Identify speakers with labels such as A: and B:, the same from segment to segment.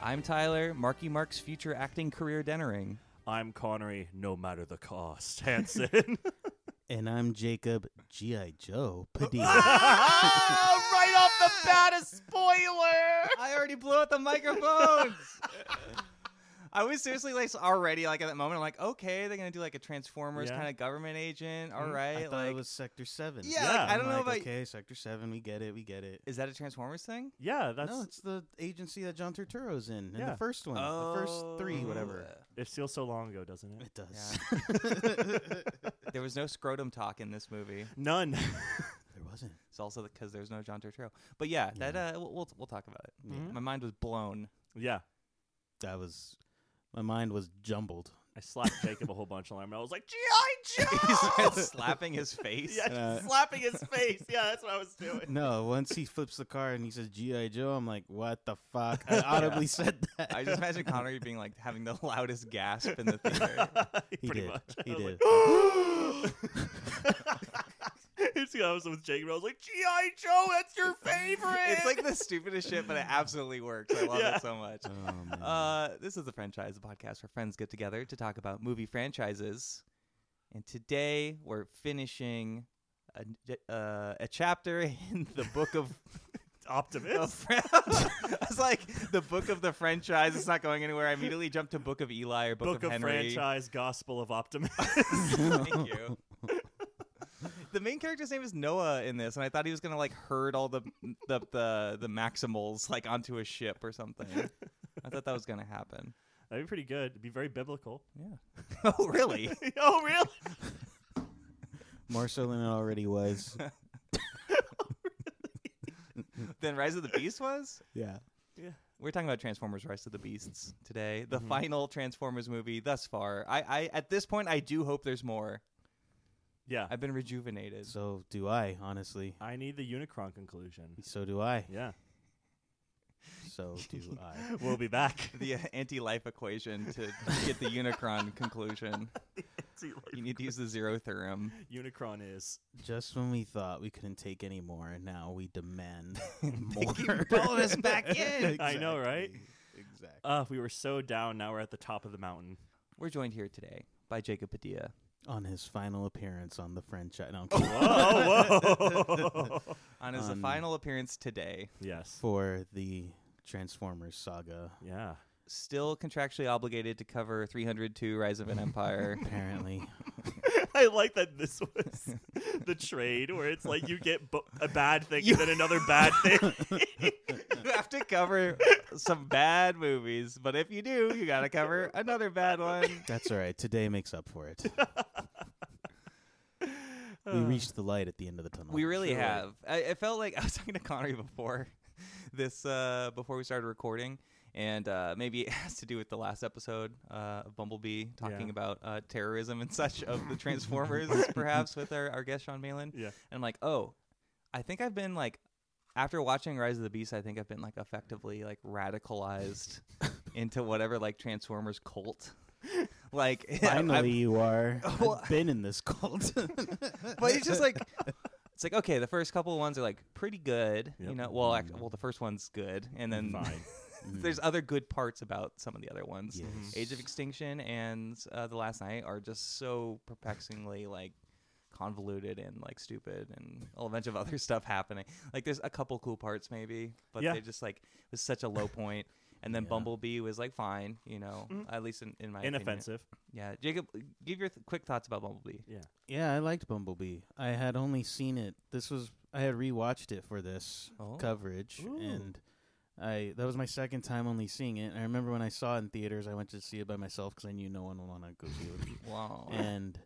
A: I'm Tyler, Marky Mark's future acting career dennering.
B: I'm Connery, no matter the cost. Hanson.
C: And I'm Jacob G.I. Joe Padilla.
A: ah, right off the bat, a spoiler! I already blew out the microphones. I was seriously like already like at that moment. I'm like, okay, they're gonna do like a Transformers
B: Yeah.
A: kind of government agent. All
C: Mm,
A: right,
C: I thought
A: like
C: it was Sector 7.
A: yeah,
B: Yeah.
A: like, I don't
C: I'm
A: know
C: like,
A: about.
C: Okay, Sector 7, we get it, we get it.
A: Is that a Transformers thing?
B: yeah, that's
C: no, it's the agency that John Turturro's in, in
B: Yeah.
C: the first one, the first
A: Oh,
C: three, whatever.
B: it feels so long ago, doesn't it?
C: It does.
A: There was no scrotum talk in this movie.
B: None.
C: there wasn't.
A: It's also because there's no John Turturro. But yeah, that uh, we'll we'll, we'll talk about it.
B: Mhm.
A: My mind was blown.
B: yeah,
C: That was, my mind was jumbled.
B: I slapped Jacob a whole bunch of time. I was like,
A: He
B: GI Joe.
A: started slapping his face.
B: yeah,
C: Uh,
B: slapping his face. Yeah, that's what I was doing.
C: No, once he flips the car and he says G.I. Joe, I'm like, what the fuck? I audibly said that.
A: I just imagine Connery being like having the loudest gasp in the theater.
C: He
B: Pretty
C: did.
B: much. I
C: He
B: was
C: did.
B: Like, it's, I was with Jacob. I was like, GI Joe, that's your favorite.
A: it's like the stupidest shit, but it absolutely works. I love
B: Yeah.
A: it so much.
C: Oh, man.
A: Uh, this is the franchise, the podcast where friends get together to talk about movie franchises. And today we're finishing a, uh, a chapter in the book of. of
B: Optimus.
A: Fra- I was like, the book of the franchise. It's not going anywhere. I immediately jumped to Book of Eli or Book,
B: Book of
A: Henry.
B: franchise, Gospel of Optimus.
A: Thank you. the main character's name is Noah in this, and I thought he was gonna like herd all the the the, the Maximals like onto a ship or something. I thought that was gonna happen.
B: That'd be pretty good. It'd be very biblical.
A: Yeah. oh, really?
B: oh, really?
C: More so than it already was.
A: then Rise of the Beast was.
C: yeah.
A: We're talking about Transformers: Rise of the Beasts today, the final Transformers movie thus far. I, I at this point, I do hope there's more.
B: Yeah.
A: I've been rejuvenated.
C: So do I, honestly.
B: I need the Unicron conclusion.
C: So do I.
B: Yeah.
C: So do I.
B: We'll be back.
A: the anti-life equation to get the Unicron conclusion. You need to use the zero theorem.
B: Unicron is.
C: Just when we thought we couldn't take any more, and now we demand more.
A: keep pulling us back in.
B: I know, right?
C: Exactly. Exactly.
B: Uh, we were so down. Now we're at the top of the mountain.
A: We're joined here today by Jacob Padilla.
C: On his final appearance on the French. No, I'm kidding.
B: Oh, whoa.
A: on his
C: on-
A: final appearance today.
B: yes.
C: for the Transformers saga,
B: Yeah.
A: Still contractually obligated to cover 302 Rise of an Empire.
C: apparently.
B: I like that this was the trade where it's like you get bo- a bad thing
A: You-
B: and then another bad thing.
A: you have to cover some bad movies, but if you do, you got to cover another bad one.
C: That's all right. Today makes up for it. we reached the light at the end of the tunnel.
A: We really
B: Oh, Sure.
A: have. I, it felt like I was talking to Connery before this, uh, before we started recording, and uh, maybe it has to do with the last episode uh, of Bumblebee talking
B: Yeah.
A: about uh, terrorism and such of the Transformers, perhaps with our, our guest Sean Malin.
B: Yeah.
A: And I'm like, oh, I think I've been like, after watching Rise of the Beast, I think I've been like effectively like radicalized into whatever like Transformers cult. Like, I- I'm-
C: Finally, you are.
A: Well-
C: I've been in this cult.
A: but it's just like, it's like okay, the first couple ones are like pretty good, you
B: Yep. Mm-hmm.
A: know. Well, act- well, the first one's good, and then
B: Fine.
C: Mm.
A: there's other good parts about some of the other ones.
C: Yes.
B: Mm-hmm.
A: Age of Extinction and uh, The Last Night are just so perplexingly like convoluted and like stupid and a whole bunch of other stuff happening. Like there's a couple cool parts maybe, but
B: Yeah.
A: they just like it was such a low point. And then
C: Yeah.
A: Bumblebee was like fine, you know, at least in, in my opinion.
B: Mm-hmm. Inoffensive.
A: Yeah, Jacob, give your th- quick thoughts about Bumblebee.
C: Yeah, I liked Bumblebee. I had only seen it. This was I had rewatched it for this
A: Oh.
C: coverage,
B: Ooh.
C: and I that was my second time only seeing it. And I remember when I saw it in theaters, I went to see it by myself because I knew no one would want to go see it. with me.
A: Wow.
C: and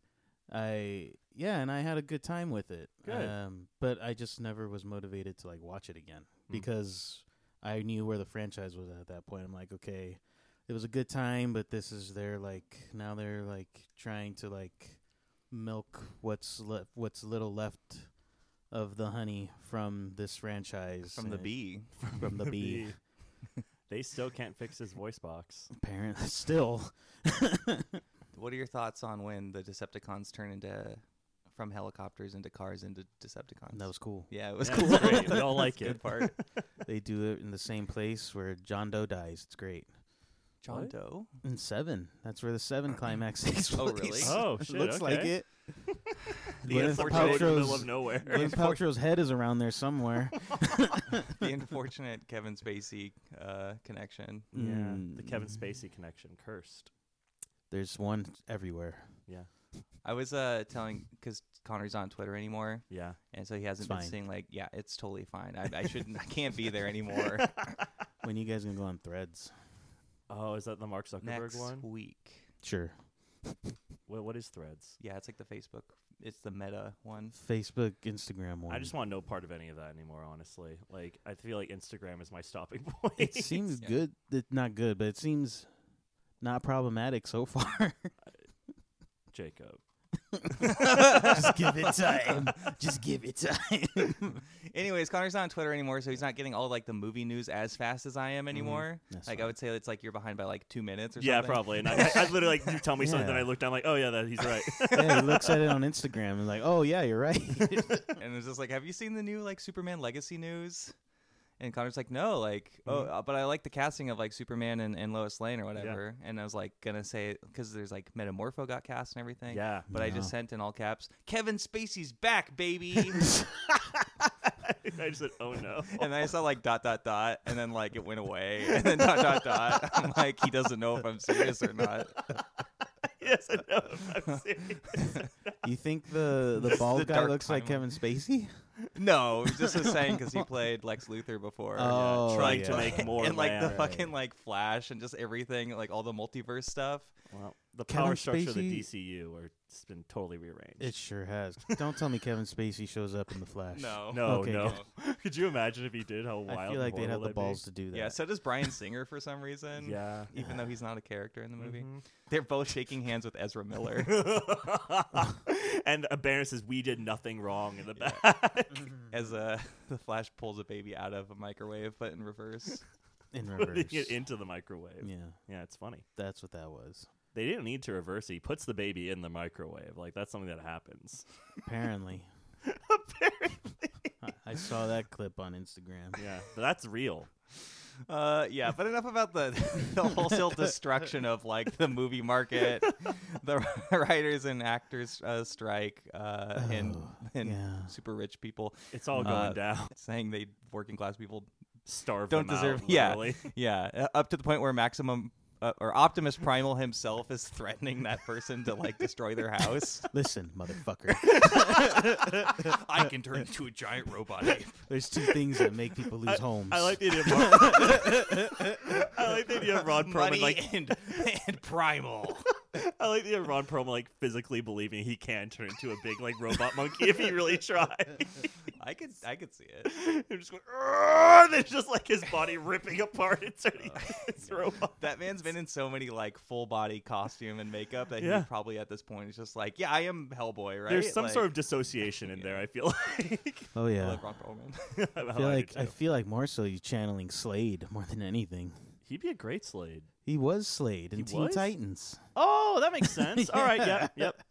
C: I yeah, and I had a good time with it.
B: Good.
C: Um, but I just never was motivated to like watch it again because I knew where the franchise was at that point. I'm like, okay, it was a good time, but this is their like now they're like trying to like milk what's left, what's little left of the honey from this franchise
A: From the
C: and it-
A: bee.
C: from the bee.
B: bee. they still can't fix his voice box.
C: Apparently, still
A: What are your thoughts on when the Decepticons turn into from helicopters into cars into Decepticons?
C: that was cool.
A: yeah, it was
B: Yeah,
A: cool.
B: it's great. We all like
A: Good
B: it.
A: part.
C: they do it in the same place where John Doe dies. It's great.
A: John
B: What?
A: Doe.
C: And seven. That's where the seven climax takes
A: Oh,
C: place.
A: really?
B: Oh,
C: It
B: shit,
C: looks like
B: okay.
C: it.
B: The
C: Gwyneth
B: unfortunate in the middle
C: Paltrow's-
B: of nowhere.
C: Gwyneth
A: Unfor-
C: Paltrow's head is around there somewhere.
A: the unfortunate Kevin Spacey uh, connection.
B: Yeah, the Kevin
C: Mm.
B: Spacey connection cursed.
C: There's one everywhere.
B: Yeah,
A: I was uh, telling because Connor's not on Twitter anymore,
B: yeah.
A: and so he hasn't
C: It's
A: been
C: fine.
A: seeing like, yeah, it's totally fine. I, I shouldn't, I can't be there anymore.
C: When you guys gonna go on threads?
B: Oh, is that the Mark Zuckerberg
A: Next
B: one?
A: week,
C: Sure.
B: What, what is Threads?
A: yeah, it's like the Facebook, it's the Meta one.
C: Facebook, Instagram one.
B: I just want no part of any of that anymore. Honestly, like I feel like Instagram is my stopping point.
C: it seems
A: Yeah.
C: good. It, not good, but it seems not problematic so far.
B: Jacob.
C: just give it time. Just give it time.
A: Anyways, Connor's not on Twitter anymore, so he's not getting all like the movie news as fast as I am anymore.
C: That's
A: Like I
C: fine.
A: would say, it's like you're behind by like two minutes or
B: Mm-hmm. Yeah,
A: something.
B: probably. And I, I literally like you tell me something,
C: Yeah.
B: I look down like, oh yeah, that he's right.
C: yeah, he looks at it on Instagram and like, oh yeah, you're right.
A: and it's just like, have you seen the new like Superman Legacy news? And Connor's like, no, like, oh,
C: Mm-hmm.
A: uh, but I like the casting of like Superman and, and Lois Lane or whatever. And I was like, gonna say because there's like Metamorpho got cast and everything.
B: yeah,
A: But I just
C: Yeah.
A: sent in all caps, Kevin Spacey's back, baby.
B: I just said, oh no.
A: and then I saw like dot dot dot, and then like it went away, and then dot dot dot. I'm like, he doesn't know if I'm serious or not.
B: yes, I know. I'm serious.
C: you think the the
A: This is
C: bald
A: the
C: guy
A: dark
C: looks like
A: timeline.
C: Kevin Spacey?
A: No, it was just a saying because he played Lex Luthor before.
C: Oh,
B: trying to
C: yeah.
B: make more
A: and like the
B: land.
C: Right.
A: fucking like Flash and just everything, like all the multiverse stuff.
B: Well, the
C: Kevin
B: power structure of the
C: Spacey-
B: DCU are, it's been totally rearranged.
C: It sure has. Don't tell me Kevin Spacey shows up in the Flash.
A: No,
B: no,
C: Okay,
B: no. Could you imagine if he did? How wild!
C: I feel
B: and
C: like they'd
B: horrible
C: have the
B: that'd be?
C: balls to do that.
A: Yeah, so does Brian Singer for some reason.
B: Yeah.
A: Even though he's not a character in the movie,
C: Mm-hmm.
B: Mhm.
A: they're both shaking hands with Ezra Miller.
B: and Banner says, "We did nothing wrong in the back."
C: Mm-hmm.
A: as uh, the Flash pulls a baby out of a microwave, but in reverse.
C: in reverse.
B: Putting it into the microwave.
C: yeah,
B: Yeah, it's funny.
C: that's what that was.
B: They didn't need to reverse. it. He puts the baby in the microwave. Like that's something that happens.
C: Apparently,
B: Apparently.
C: I, I saw that clip on Instagram.
B: Yeah, but that's real.
A: Uh, yeah, but enough about the the wholesale destruction of like the movie market, the writers and actors uh, strike, uh, and
C: Oh,
A: and
C: yeah.
A: super rich people
B: It's all going
A: Uh,
B: down.
A: saying they working class people
B: Starve.
A: don't
B: them
A: deserve.
B: Out,
A: yeah,
B: literally.
A: yeah, uh, up to the point where maximum. Uh, or Optimus Primal himself is threatening that person to like destroy their house.
C: Listen, motherfucker.
A: I can turn into a giant robot ape.
C: There's two things that make people lose homes.
B: I like the idea. Of Ron- I like the idea of Ron Perlman.
A: Money
B: Like
A: and, and primal.
B: I like the idea of Ron Perlman like physically believing he can turn into a big like robot monkey if he really tried.
A: I could I could see it.
B: I'm just going, "Arrgh," and it's just like his body ripping apart and turning into this robot.
A: That man's been in so many like full body costume and makeup that
B: Yeah.
A: he probably at this point is just like, yeah, I am Hellboy, right?
B: There's some
A: Like,
B: sort of dissociation in there. I feel like.
C: oh
A: I
C: yeah.
A: love Ron Perlman.
B: Oh, I
C: I feel
B: do
C: like I
B: too.
C: feel like more so you channeling Slade more than anything.
B: he'd be a great Slade.
C: He was Slade in
B: He
C: Teen
B: was?
C: Titans.
B: Oh, that makes sense. All right. Yep. Yep.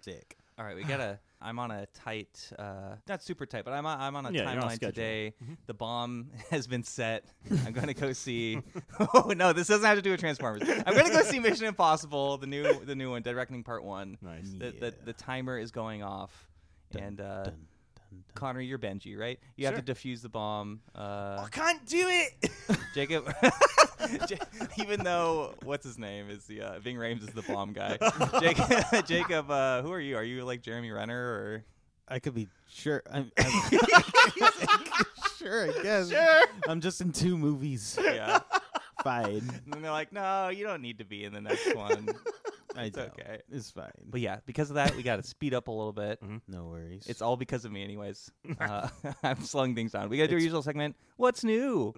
C: Sick.
A: All right, we gotta. I'm on a tight, uh, not super tight, but I'm on, I'm on a
B: Yeah, you're on
A: timeline
B: schedule.
A: today. The bomb has been set. I'm gonna go see. oh no, this doesn't have to do with Transformers. I'm gonna go see Mission Impossible, the new the new one, Dead Reckoning Part One.
B: Nice.
A: The, the the timer is going off,
C: Dun,
A: and uh,
C: Dun, dun, dun.
A: Connor, you're Benji, right? You have to defuse the bomb. Uh,
B: can't do it.
A: Jacob, Ja- even though what's his name is the uh, Ving Rhames is the bomb guy. Jacob, Jacob, uh, who are you? Are you like Jeremy Renner or?
C: I could be sure. I'm, I'm sure. I guess. Sure. I'm just in two movies.
A: Yeah.
C: Fine.
A: and they're like, no, you don't need to be in the next one.
C: I
A: It's
C: don't.
A: okay.
C: It's fine.
A: But yeah, because of that, we got to speed up a little bit.
C: no worries.
A: It's all because of me, anyways. Uh, I'm slowing things down. We got to do our usual segment. What's new?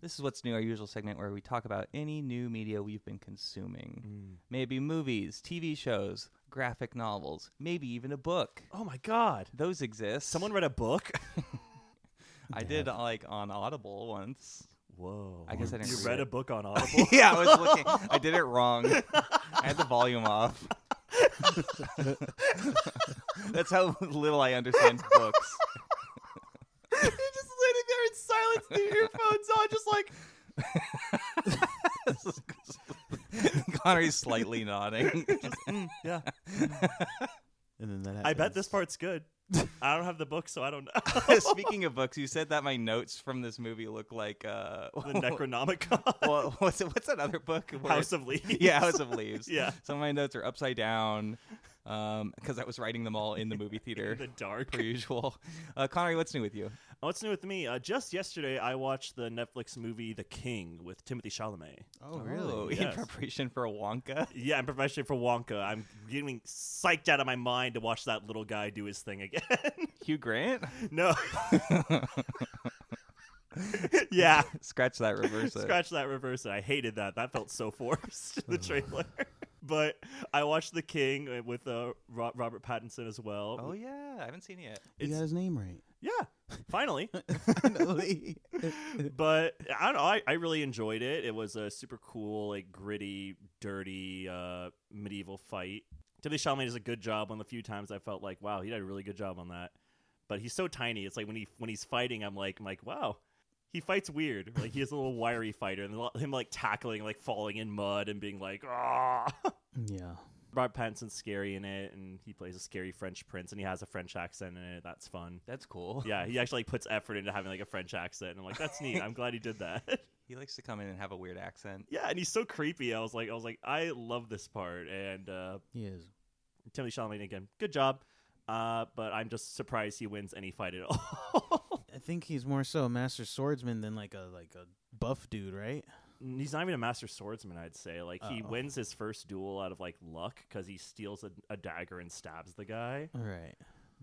A: This is what's new, our usual segment where we talk about any new media we've been consuming. Maybe movies, TV shows, graphic novels, maybe even a book.
B: Oh my God.
A: Those exist.
B: Someone read a book.
A: I did uh, like on Audible once.
B: Whoa.
A: I guess I didn't
B: You
A: read
B: read
A: it.
B: a book on Audible.
A: yeah, I was looking. I did it wrong. I had the volume off. That's how little I understand books.
B: Did not just like
A: Connery's slightly nodding.
B: mm, yeah.
C: And then that happens.
B: I bet this part's good. I don't have the book, so I don't know.
A: Speaking of books, you said that my notes from this movie look like uh,
B: the Necronomicon,
A: well, what's what's that other book? where-
B: House of Leaves.
A: yeah, House of Leaves.
B: Yeah.
A: some of my notes are upside down because I was writing them all in the movie theater
B: In the dark.
A: per usual. Uh, Connery, what's new with you?
B: What's new with me? Uh, just yesterday, I watched the Netflix movie The King with Timothy Chalamet.
C: Oh,
A: Oh,
C: really?
A: in
B: yes.
A: preparation for a Wonka.
B: Yeah, I'm professionally for Wonka. I'm getting psyched out of my mind to watch that little guy do his thing again.
A: Hugh Grant.
B: no. yeah.
A: Scratch that, reverse it.
B: Scratch that, reverse it. I hated that. That felt so forced. the trailer. But I watched The King with uh, Ro- Robert Pattinson as well.
A: Oh yeah, I haven't seen it yet.
C: You got his name right.
B: yeah, finally.
C: Finally.
B: but I don't know. I, I really enjoyed it. It was a super cool, like gritty, dirty uh, medieval fight. Timothy Chalamet does a good job on the few times I felt like, wow, he did a really good job on that. But he's so tiny. It's like when he when he's fighting, I'm like, I'm like, wow, he fights weird. Like he is a little wiry fighter, and lo- him like tackling, like falling in mud, and being like, ah.
C: yeah.
B: Robert Pattinson's scary in it, and he plays a scary French prince, and he has a French accent in it. That's fun.
A: That's cool.
B: Yeah, he actually like, puts effort into having like a French accent. And I'm like, that's neat. I'm glad he did that.
A: He likes to come in and have a weird accent.
B: yeah, and he's so creepy. I was like, I was like, I love this part. And uh,
C: He is.
B: Timothy Chalamet again, good job. Uh, but I'm just surprised he wins any fight at all.
C: I think he's more so a master swordsman than like a like a buff dude, right?
B: he's not even a master swordsman, I'd say. Like he
C: Uh-oh.
B: wins his first duel out of like luck because he steals a, a dagger and stabs the guy.
C: All right.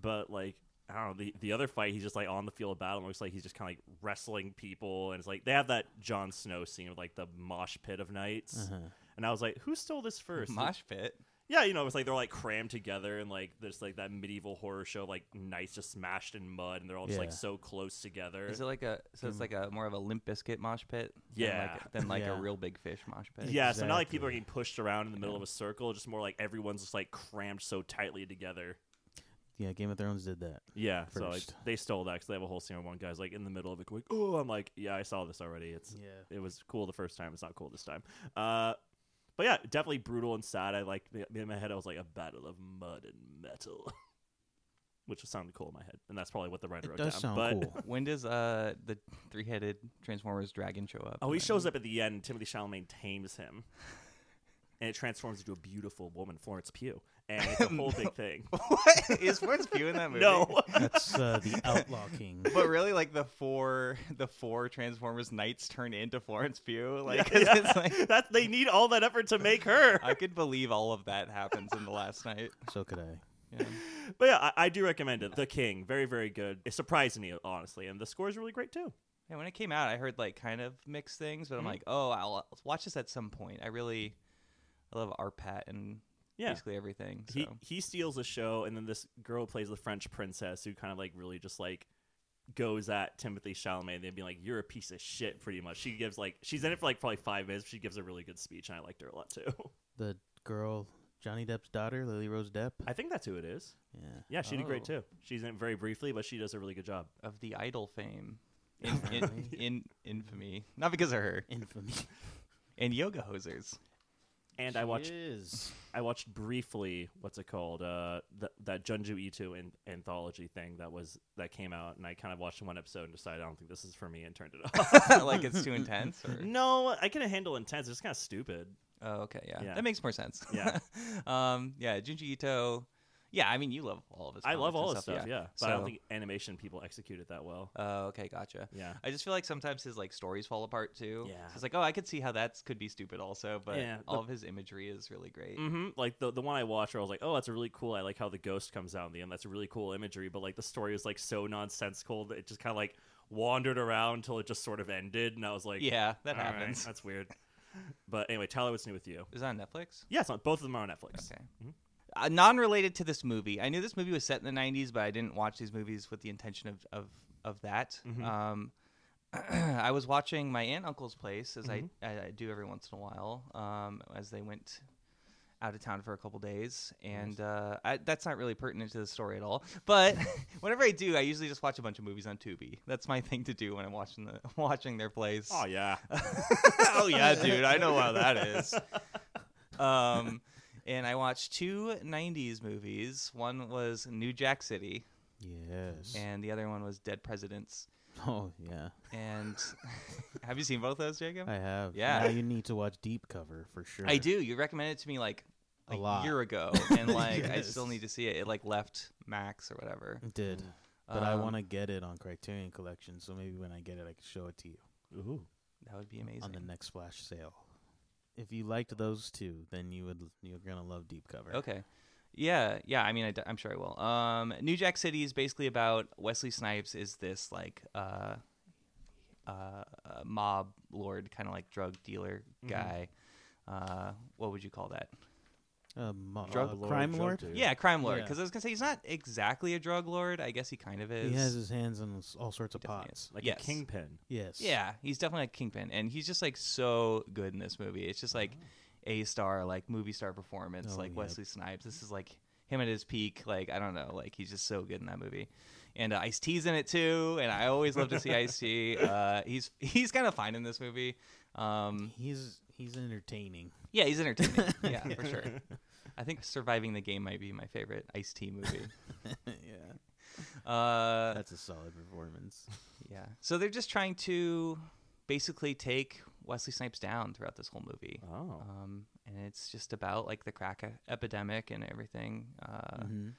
B: But like. I don't know. The, the other fight, he's just like on the field of battle. and looks like he's just kind of like wrestling people. And it's like they have that Jon Snow scene of like the mosh pit of knights.
C: Uh-huh.
B: And I was like, who stole this first?
A: Mosh pit.
B: Yeah, you know, it's like they're like crammed together and like there's like that medieval horror show, like knights just smashed in mud and they're all just like
C: Yeah.
B: so close together.
A: Is it like a so it's like a more of a limp biscuit mosh pit? than
B: Yeah.
A: like, than like
C: Yeah.
A: a real big fish mosh pit.
B: yeah, so not like people are
C: Exactly.
B: getting pushed around in the middle of a circle, just more like everyone's just like crammed so tightly together.
C: Yeah, Game of Thrones did that.
B: Yeah, so like
C: First.
B: they stole that because they have a whole scene where one guy's like in the middle of it, going, "Oh," I'm like, "Yeah, I saw this already." It's
C: Yeah.
B: it was cool the first time. It's not cool this time. Uh, but yeah, definitely brutal and sad. I like in my head, I was like a battle of mud and metal, which sounded cool in my head, and that's probably what the writer
C: It
B: wrote
C: does
B: down.
C: sound
B: but
C: cool.
A: When does uh the three headed Transformers dragon show up?
B: oh, he
A: in that
B: shows up at the end. Timothy Chalamet tames him, and it transforms into a beautiful woman, Florence Pugh, and it's a whole big thing.
A: movie? what is Florence Pugh in that movie?
B: No,
C: That's uh, the Outlaw King.
A: But really, like the four, the four Transformers knights turn into Florence Pugh. Like,
B: Yeah, yeah.
A: it's like
B: that they need all that effort to make her.
A: I could believe all of that happens in the last night.
C: So could I.
A: Yeah.
B: But yeah, I, I do recommend it. The King, very very good. It surprised me honestly, and the score is really great too.
A: Yeah, when it came out, I heard like kind of mixed things, but
B: Mhm.
A: I'm like, oh, I'll watch this at some point. I really, I love Arpat and
B: Yeah.
A: basically everything. So.
B: he he steals the show and then this girl plays the french princess who kind of like really just like goes at timothy chalamet and they'd be like you're a piece of shit pretty much she gives like she's in it for like probably five minutes but she gives a really good speech and i liked her a lot too
C: The girl, Johnny Depp's daughter, Lily Rose Depp.
B: i think that's who it is
C: Yeah.
B: yeah she did great
A: Oh.
B: too she's in it very briefly but she does a really good job
A: of the idol fame. In, in,
C: Apparently.
A: in infamy, not because of her,
C: Infamy.
A: and yoga hosers.
B: and i watched
C: Is.
B: i watched briefly what's it called uh th- that junju ito an- anthology thing that was that came out and i kind of watched one episode and decided i don't think this is for me and turned it off
A: like it's too intense.
B: Mm-hmm.
A: Or...
B: no i couldn't handle intense it's kind of stupid
A: Oh, okay, yeah.
B: Yeah.
A: that makes more sense.
B: Yeah.
A: um, yeah, Junji Ito. Yeah, I mean, you love all of his.
B: I love
A: comics and
B: all his stuff, yeah. But I don't
A: So-
B: think animation people execute it that well.
A: Oh, okay, gotcha.
B: Yeah.
A: I just feel like sometimes his like stories fall apart too.
B: Yeah.
A: So it's like, oh, I could see how that could be stupid also, but
B: Yeah,
A: all
B: the-
A: of his imagery is really great.
B: hmm Like the the one I watched, where I was like, "Oh, that's a really cool." I like how the ghost comes out in the end. That's a really cool imagery. But like the story is like so nonsensical that it just kind of like wandered around until it just sort of ended. And I was like,
A: yeah, that
B: "All right,
A: happens.
B: that's weird." But anyway, Tyler, what's new with you?
A: Is that on Netflix?
B: Yes, on both of them are on Netflix.
A: Okay.
B: Mhm.
A: Uh, non-related to this movie. I knew this movie was set in the '90s, but I didn't watch these movies with the intention of of of that.
B: Mhm.
A: Um, I was watching my aunt and uncle's place as I
B: Mhm.
A: I, I do every once in a while um, as they went out of town for a couple days, and uh, I, that's not really pertinent to the story at all. But whenever I do, I usually just watch a bunch of movies on Tubi. That's my thing to do when I'm watching the watching their plays.
B: Oh yeah.
A: oh yeah, dude, I know how that is. Um, and I watched two '90s movies. One was New Jack City,
C: Yes.
A: and the other one was Dead Presidents.
C: oh yeah,
A: And have you seen both those, Jacob?
C: I have.
A: Yeah.
C: Now you need to watch Deep Cover for sure.
A: I do. You recommended it to me like a,
C: A lot.
A: year ago, and like I still
C: Yes.
A: need to see it. It like left Max or whatever.
C: It did, but I
A: Um,
C: want to get it on Criterion Collection, so maybe when I get it, I can show it to you
B: Ooh.
A: That would be amazing.
C: on the next flash sale. If you liked those two, then you would you're gonna love Deep Cover.
A: Okay. Yeah, yeah. I mean, I, d- I'm sure I will. Um, New Jack City is basically about Wesley Snipes is this like uh, uh, uh, mob lord, kind of like drug dealer
C: Mm-hmm.
A: guy. Uh, what would you call that?
C: Uh, mo-
B: Drug
C: uh,
B: lord,
C: crime
B: drug
C: lord.
B: dude.
A: Yeah, crime lord.
C: Yeah.
A: Because I was gonna say he's not exactly a drug lord. I guess he kind of is.
C: He has his hands on s- all sorts of
A: Definitely
C: pots.
B: Like
A: Yes.
B: a kingpin.
C: Yes.
A: Yeah, he's definitely a kingpin, and he's just like so good in this movie. It's just like a star, like movie star performance,
C: Oh,
A: like
C: yeah.
A: Wesley Snipes. This is like him at his peak. Like I don't know, like he's just so good in that movie. And uh, Ice T's in it too, and I always love to see Ice T. Uh, he's he's kind of fine in this movie. Um,
C: He's he's entertaining.
A: yeah, he's entertaining. Yeah, for sure. I think Surviving the Game might be my favorite Ice T movie.
C: yeah.
A: Uh,
C: That's a solid performance.
A: Yeah. So they're just trying to basically take Wesley Snipes down throughout this whole movie.
B: Oh.
A: Um, and it's just about like the crack e- epidemic and everything, uh,
C: Mhm.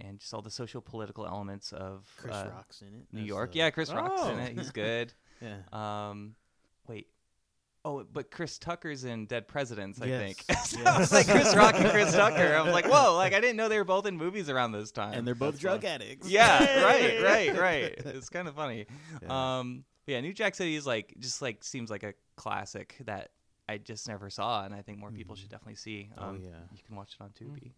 A: and just all the social political elements of
C: Chris
A: uh,
C: Rock's in it.
A: New
C: That's
A: York.
C: the-
A: Yeah, Chris Rock's in
B: Oh.
A: it. He's good.
C: Yeah.
A: um, wait. Oh, but Chris Tucker's in Dead Presidents, I think.
C: Yes.
A: so I
C: Yes.
A: was like Chris Rock and Chris Tucker. I was like, whoa! Like I didn't know they were both in movies around this time.
C: And they're both
B: That's
C: drug addicts.
A: Yeah, right, right, right. It's kind of funny.
C: Yeah.
A: Um, yeah, New Jack City is like just like seems like a classic that I just never saw, and I think more people should definitely see.
C: Oh,
A: Um,
C: yeah.
A: you can watch it on Tubi.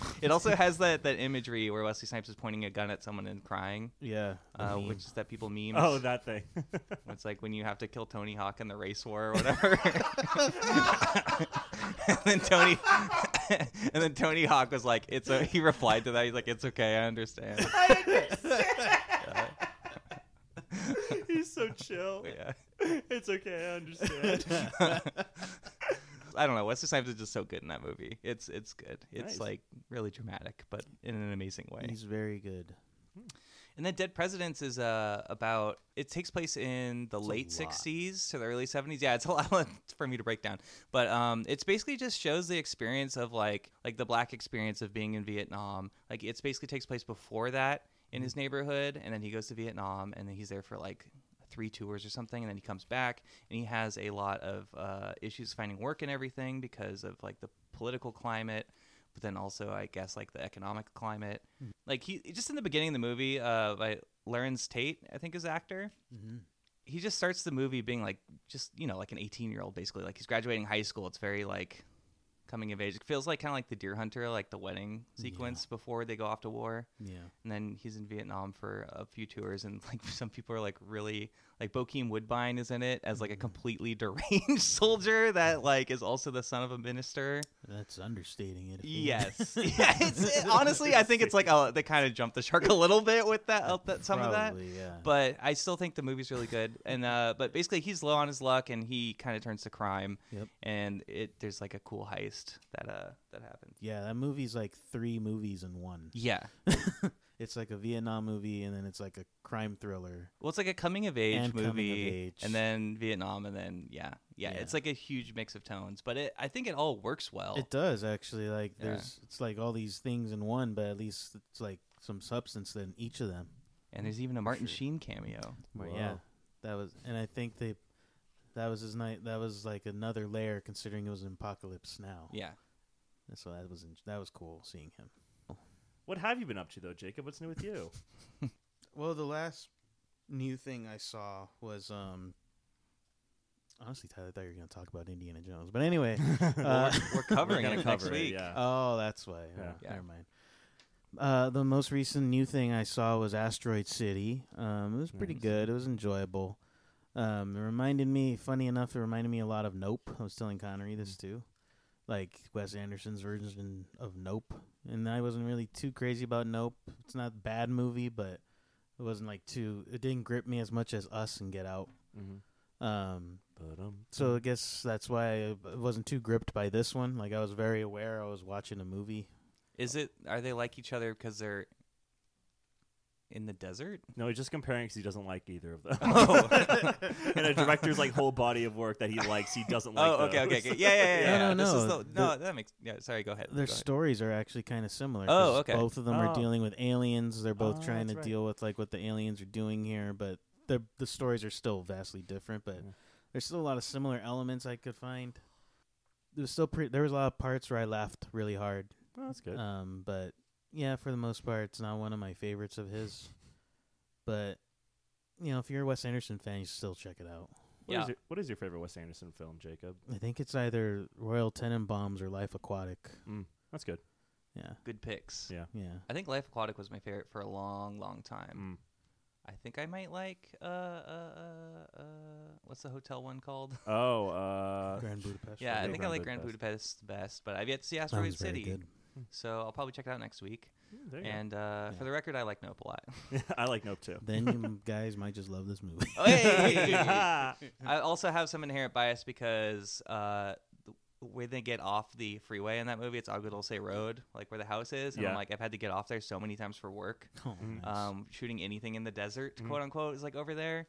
B: Mm.
A: it also has that that imagery where Wesley Snipes is pointing a gun at someone and crying,
C: yeah. the
A: uh,
C: meme.
A: which is that people meme.
B: Oh, that thing.
A: It's like when you have to kill Tony Hawk in the race war or whatever. and then Tony and then Tony Hawk was like, "It's a." He replied to that. He's like, "It's okay. I understand."
B: He's so chill.
A: Yeah.
B: It's okay, I understand.
A: I don't know. Wesley Snipes is just so good in that movie. It's it's good. It's
B: Nice.
A: like really dramatic, but in an amazing way.
C: He's very good.
A: and then Dead Presidents is uh about it takes place in the
C: a
A: late
C: lot.
A: sixties to the early seventies. Yeah, it's a lot for me to break down. But um it's basically just shows the experience of like like the black experience of being in Vietnam. Like it's basically takes place before that in
C: Mm-hmm.
A: his neighborhood and then he goes to Vietnam and then he's there for like three tours or something and then he comes back and he has a lot of uh, issues finding work and everything because of like the political climate but then also i guess like the economic climate like he just in the beginning of the movie uh by Lawrence tate i think is the actor
C: Mm-hmm.
A: he just starts the movie being like just you know like an 18 year old basically like he's graduating high school it's very like coming of age it feels like kind of like the deer hunter like the wedding sequence before they go off to war
C: Yeah.
A: and then he's in Vietnam for a few tours, and like some people are like really like Bokeem Woodbine is in it as like a completely deranged soldier that like is also the son of a minister.
C: That's understating it. if you-
A: Yes, yeah. It's, it- honestly, I think it's like a, they kind of jumped the shark a little bit with that, up that some of that.
C: Probably, Yeah.
A: But I still think the movie's really good, and uh, but basically he's low on his luck, and he kind of turns to crime,
C: Yep.
A: and it there's like a cool heist that uh that happens.
C: yeah, that movie's like three movies in one.
A: Yeah,
C: It's like a Vietnam movie, and then it's like a crime thriller.
A: Well, it's like a coming of age
C: And coming of
A: movie,
C: age.
A: and then Vietnam, and then yeah, yeah,
C: Yeah.
A: It's like a huge mix of tones, but it, I think it all works well.
C: It does actually. Like
A: Oh. Yeah.
C: there's, it's like all these things in one, but at least it's like some substance in each of them.
A: and there's even a Martin
C: sure.
A: Sheen cameo.
C: But yeah, that was, and I think they, that was his night. That was like another layer, considering it was an apocalypse now.
A: Yeah.
C: And So that was in, that was cool seeing him.
B: what have you been up to though, Jacob? What's new with you?
C: Well, the last new thing I saw was um. Honestly, Tyler, I thought you were going to talk about Indiana Jones, but anyway, uh,
A: We're covering
B: gonna
A: it next
B: cover it,
A: week. Uh,
B: yeah.
C: Oh, that's why.
B: Yeah.
C: Oh,
A: Yeah.
C: Never mind. Uh, the most recent new thing I saw was Asteroid City. Um, it was pretty
B: Nice.
C: good. It was enjoyable.
B: Mm.
C: Um, it reminded me, funny enough, it reminded me a lot of Nope. I was telling Connery this too. like Wes Anderson's version of Nope, and I wasn't really too crazy about Nope. It's not a bad movie, but it wasn't like too. It didn't grip me as much as Us and Get Out.
B: Mm-hmm.
C: Um,
B: But um,
C: so I guess that's why I wasn't too gripped by this one. Like I was very aware I was watching a movie.
A: Is it? Are they like each other because they're in the desert?
B: no, he's just comparing because he doesn't like either of them.
A: Oh.
B: and a director's like whole body of work that he likes, he doesn't like.
A: oh, okay, okay,
B: those.
A: okay. Yeah, yeah, yeah.
B: Yeah.
A: yeah.
C: No, no,
A: This is
C: no.
A: the, no, that makes. Yeah, sorry. Go ahead.
C: Their
A: go ahead.
C: stories are actually kind of similar.
A: Oh,
C: 'cause
A: okay.
C: Both of them are
B: Oh.
C: dealing with aliens. They're both
B: Oh,
C: trying to
B: that's right.
C: deal with like what the aliens are doing here, but the the stories are still vastly different. But
B: Yeah.
C: there's still a lot of similar elements I could find. There was still pre- there was a lot of parts where I laughed really hard.
B: Oh, that's good.
C: Um, but yeah, for the most part, it's not one of my favorites of his. But you know, if you're a Wes Anderson fan, you should still check it out.
B: What is
A: yeah.
B: your, what is your favorite Wes Anderson film, Jacob?
C: I think it's either Royal Tenenbaums or Life Aquatic.
B: That's good.
C: Yeah,
A: Good picks.
B: Yeah.
C: yeah.
A: I think Life Aquatic was my favorite for a long, long time.
B: Mm.
A: I think I might like uh, uh, uh, uh, what's the hotel one called?
B: Oh, uh,
C: Grand Budapest.
A: yeah, I
B: Hotel
A: think I
B: Grand
A: like Grand Budapest the best, but I've yet to see Asteroid City, so I'll probably check it out next week.
B: mm, there you go.
A: And uh, for the record, I like Nope a lot.
B: I like Nope too.
C: Then you guys might just love this movie.
A: Oh, Hey! I also have some inherent bias because uh, th- when they get off the freeway in that movie, it's Agudul Say Road, like where the house is, and I'm
B: Yeah.
A: like, I've had to get off there so many times for work.
C: Oh,
B: Mm.
C: nice.
A: um, shooting anything in the desert,
B: Mhm.
A: quote unquote, is like over there.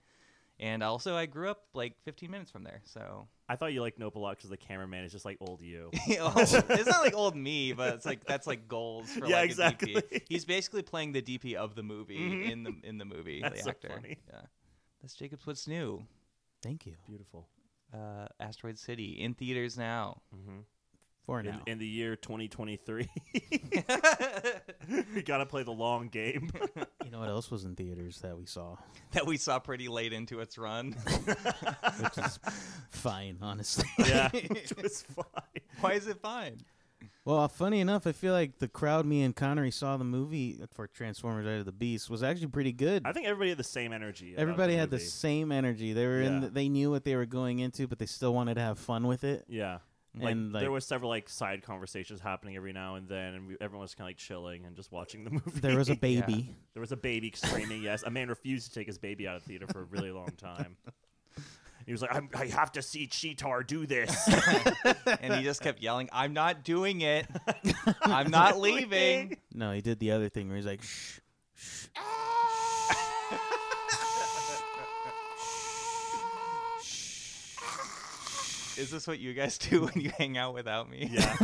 A: And also, I grew up like 15 minutes from there, so
B: I thought you liked Nope a lot because the cameraman is just like old you.
A: it's not like old me, but it's like that's like goals for
B: Yeah,
A: like a DP.
B: exactly.
A: He's basically playing the DP of the movie
B: Mhm.
A: in the in the movie.
B: That's
A: the
B: so
A: actor.
B: funny.
A: Yeah, that's Jacob's. What's new?
C: Thank you
B: Beautiful.
A: Uh, Asteroid City in theaters now.
B: hmm
C: for
B: In,
C: now.
B: in the year 2023, you gotta play the long game.
C: you know what else was in theaters that we saw?
A: that we saw pretty late into its run.
C: Which is fine, honestly.
B: yeah, it was fine.
A: Why is it fine?
C: Well, funny enough, I feel like the crowd me and Connery saw the movie for Transformers: Out of the Beast was actually pretty good.
B: I think everybody had the same energy. about
C: Everybody
B: the
C: had the
B: movie.
C: same energy. They were in.
B: Yeah.
C: The, they knew what they were going into, but they still wanted to have fun with it.
B: Yeah. Like,
C: and like
B: there was several like side conversations happening every now and then, and we, everyone was kind of like chilling and just watching the movie.
C: there was a baby.
B: there was a baby screaming. yes, a man refused to take his baby out of theater for a really long time. He was like, I'm, "I have to see Cheetar do this."
A: And he just kept yelling, "I'm not doing it. I'm not leaving."
C: No, he did the other thing where he's like, shh, shh,
A: Is this what you guys do when you hang out without me?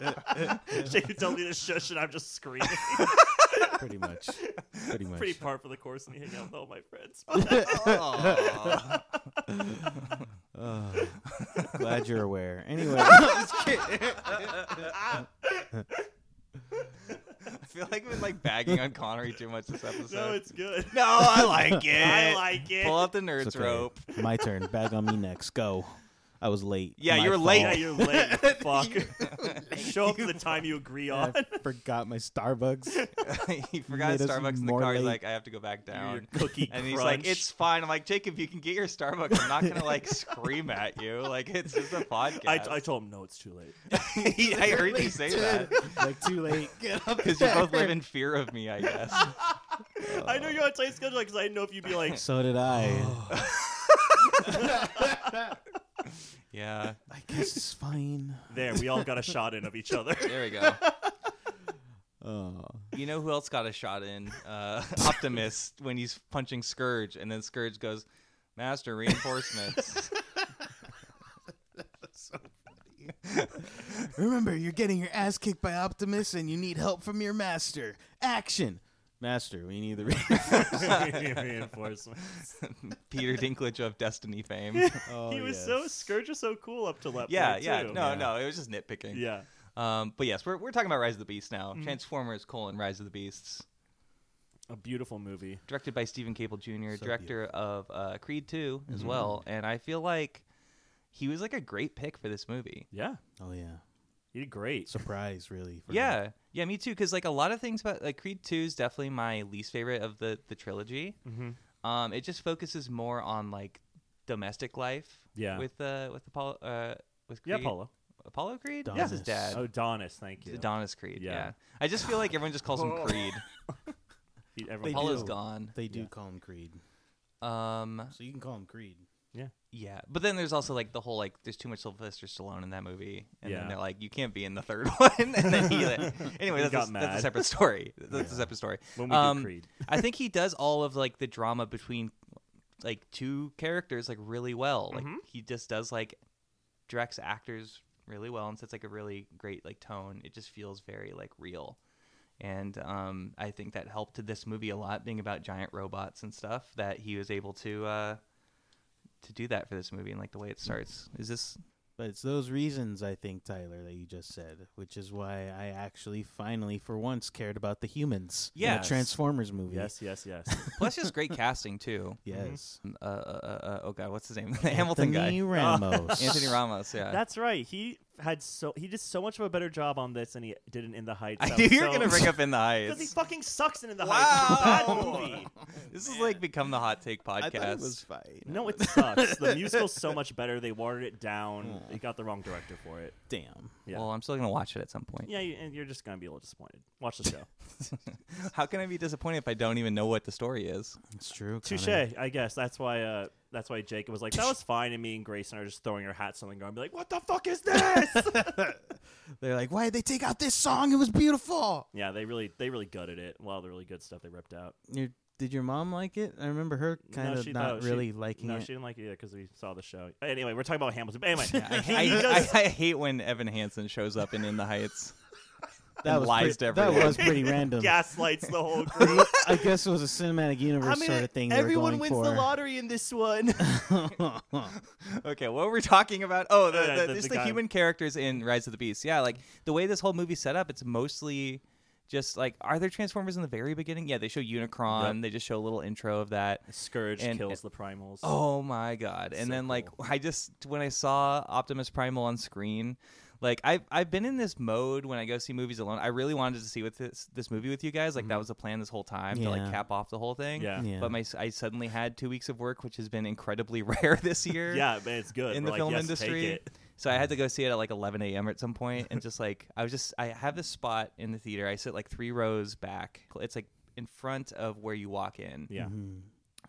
B: Yeah. Jacob tells me to shush, and I'm just screaming.
C: pretty much, pretty much.
B: Pretty par for the course when you hang out with all my friends.
A: Aw.
C: Ugh. glad you're aware. Anyway,
A: I feel like I've been like bagging on Connery too much this episode.
B: no, it's good.
A: No, I like it.
B: I like it.
A: Pull out the
C: it's
A: nerds
C: okay.
A: rope.
C: My turn. Bag on me next. Go. I was late.
A: Yeah,
C: My
A: you were late.
B: Yeah,
C: fault.
B: you're late. you Fuck. Show up to the time you agree on.
C: I forgot my Starbucks.
A: he forgot
C: Made
A: his
C: us
A: Starbucks in the
C: more
A: car. He's like,
C: late.
A: I have to go back
B: Your
A: down.
B: cookie
A: And
B: crunch.
A: he's like, "It's fine." I'm like, "Jacob, you can get your Starbucks. I'm not gonna like scream at you. Like it's just a podcast."
B: I, I told him no, it's too late.
A: He- I heard you say that
C: like too late. Get up
A: because you both live in fear of me, I guess.
B: I know you're on a tight schedule because I didn't know if you'd be like,
C: So did I.
A: Yeah,
C: I guess it's fine.
B: there, we all got a shot in of each other.
A: there we go.
C: Oh,
A: You know who else got a shot in? Uh, Optimus when he's punching Scourge, and then Scourge goes, "Master reinforcements."
C: remember, you're getting your ass kicked by Optimus, and you need help from your master. Action, master. We need the. Re-
B: Reinforcement.
A: Peter Dinklage of Destiny fame.
C: oh,
B: he was
C: yes.
B: so Scourge was so cool up till that
A: Yeah,
B: point.
A: yeah.
B: too.
A: No,
C: Yeah.
A: no, it was just nitpicking.
B: yeah. Mm-hmm.
A: Um, but yes, we're we're talking about Rise of the Beast now. Transformers: colon Rise of the Beasts.
B: A beautiful movie.
A: directed by Stephen Cable Jr.,
C: So
A: director of uh, Creed 2 as well. And I feel like he was like a great pick for this movie.
B: Yeah,
C: Oh yeah,
B: he did great.
C: surprise, really. for me.
A: yeah. Yeah, me too. Because like a lot of things about like Creed 2 is definitely my least favorite of the, the trilogy.
B: Mm-hmm.
A: Um, it just focuses more on like domestic life
B: Yeah.
A: with, uh, with Apollo, uh, with
B: Yeah,
A: Creed.
B: Apollo.
A: Apollo Creed? That's his
C: Adonis.
A: dad.
B: Adonis, thank
A: It's
B: you.
A: Adonis Creed. Yeah.
B: Yeah.
A: I just feel like everyone just calls him
B: Oh.
A: Creed.
B: He-
C: They
B: everyone-
A: Apollo's
C: do.
A: gone.
C: They do
B: Yeah.
C: call him Creed,
A: Um,
C: so you can call him Creed.
A: yeah. But then there's also like the whole like there's too much Sylvester Stallone in that movie, and then
B: Yeah.
A: they're like you can't be in the third one. and then he like, anyway,
B: He
A: that's,
B: got
A: a, that's a
B: mad.
A: separate story. That's a
B: Yeah.
A: separate story.
B: when we
A: Um,
B: do Creed.
A: I think he does all of like the drama between like two characters like really well. Like
B: Mhm.
A: he just does like directs actors really well and sets like a really great like tone. It just feels very like real. And um, I think that helped to this movie a lot, being about giant robots and stuff. That he was able to uh, to do that for this movie, and like the way it starts. Is this
C: But it's those reasons I think Tyler that you just said, which is why I actually finally, for once, cared about the humans. in
A: Yes.
C: a Transformers movie.
B: Yes, yes, yes.
A: plus just great casting too?
C: yes.
A: Um, Uh, uh, uh, oh god, what's his name? The Hamilton guy,
C: Mm-hmm. Anthony Ramos.
A: Anthony Ramos. Yeah,
B: That's right. He had so he did so much of a better job on this than he did in In the Heights.
A: I
B: That
A: knew
B: was
A: you were
B: so-
A: gonna bring up in the eyes.
B: because he fucking sucks in In the Heights. It's a
A: Wow.
B: bad movie.
A: This is like become the hot take podcast.
C: I thought it was fine.
B: No, it sucks. The musical's so much better. They watered it down.
C: Mm.
B: They got the wrong director for it.
C: damn.
B: Yeah.
A: Well, I'm still gonna watch it at some point.
B: yeah, you, and you're just gonna be a little disappointed. Watch the show.
A: How can I be disappointed if I don't even know what the story is?
C: It's true.
B: Touche.
C: Connor.
B: I guess that's why. Uh, that's why Jacob was like, "That was fine," and me and Grayson are just throwing our hats on the ground, and be like, "What the fuck is this?"
C: They're like, why did they take out this song? It was beautiful.
B: yeah, they really, they really gutted it. A lot of the really good stuff they ripped out.
C: Your, did your mom like it? I remember her kind
B: No,
C: of
B: she-
C: not
B: no, she-
C: really liking
B: no,
C: it.
B: she didn't like it either because we saw the show. Anyway, we're talking about Hamilton. But anyway,
A: I,
B: he
A: I-
B: does-
A: I- I hate when Evan Hansen shows up in In the Heights.
C: that
A: and
C: was
A: lies to
C: pretty, that
A: everyone.
C: was pretty random.
B: gaslights the whole
C: I
B: group.
C: mean, I guess it was a cinematic universe sort of thing. they were
B: everyone
C: going
B: wins the
C: for.
B: lottery in this one.
A: Okay, what were we talking about? Oh, the,
B: Yeah,
A: the,
B: the-
A: just
B: the
A: the,
B: guy-
A: human characters in Rise of the Beast. Yeah, like the way this whole movie's set up, it's mostly just like are there Transformers in the very beginning? Yeah, they show Unicron.
B: Yep.
A: They just show a little intro of that.
B: Scourge
A: And-
B: kills the primals.
A: Oh my god. And
B: So
A: then like
B: cool.
A: I just when I saw Optimus Primal on screen, like I've I've been in this mode when I go see movies alone. I really wanted to see with this this movie with you guys. Like that was the plan this whole time to like
C: Yeah.
A: cap off the whole thing.
B: Mm-hmm. yeah, yeah,
C: Yeah.
A: But my s- I suddenly had two weeks of work, which has been incredibly rare this year.
B: man, it's good.
A: In
B: We're
A: the
B: like,
A: film
B: yes,
A: industry.
B: take it.
A: So I had to go see it at like 11 a.m. at some point, and just like I was just I have this spot in the theater. I sit like three rows back. It's like in front of where you walk in,
B: Yeah,
C: Mhm.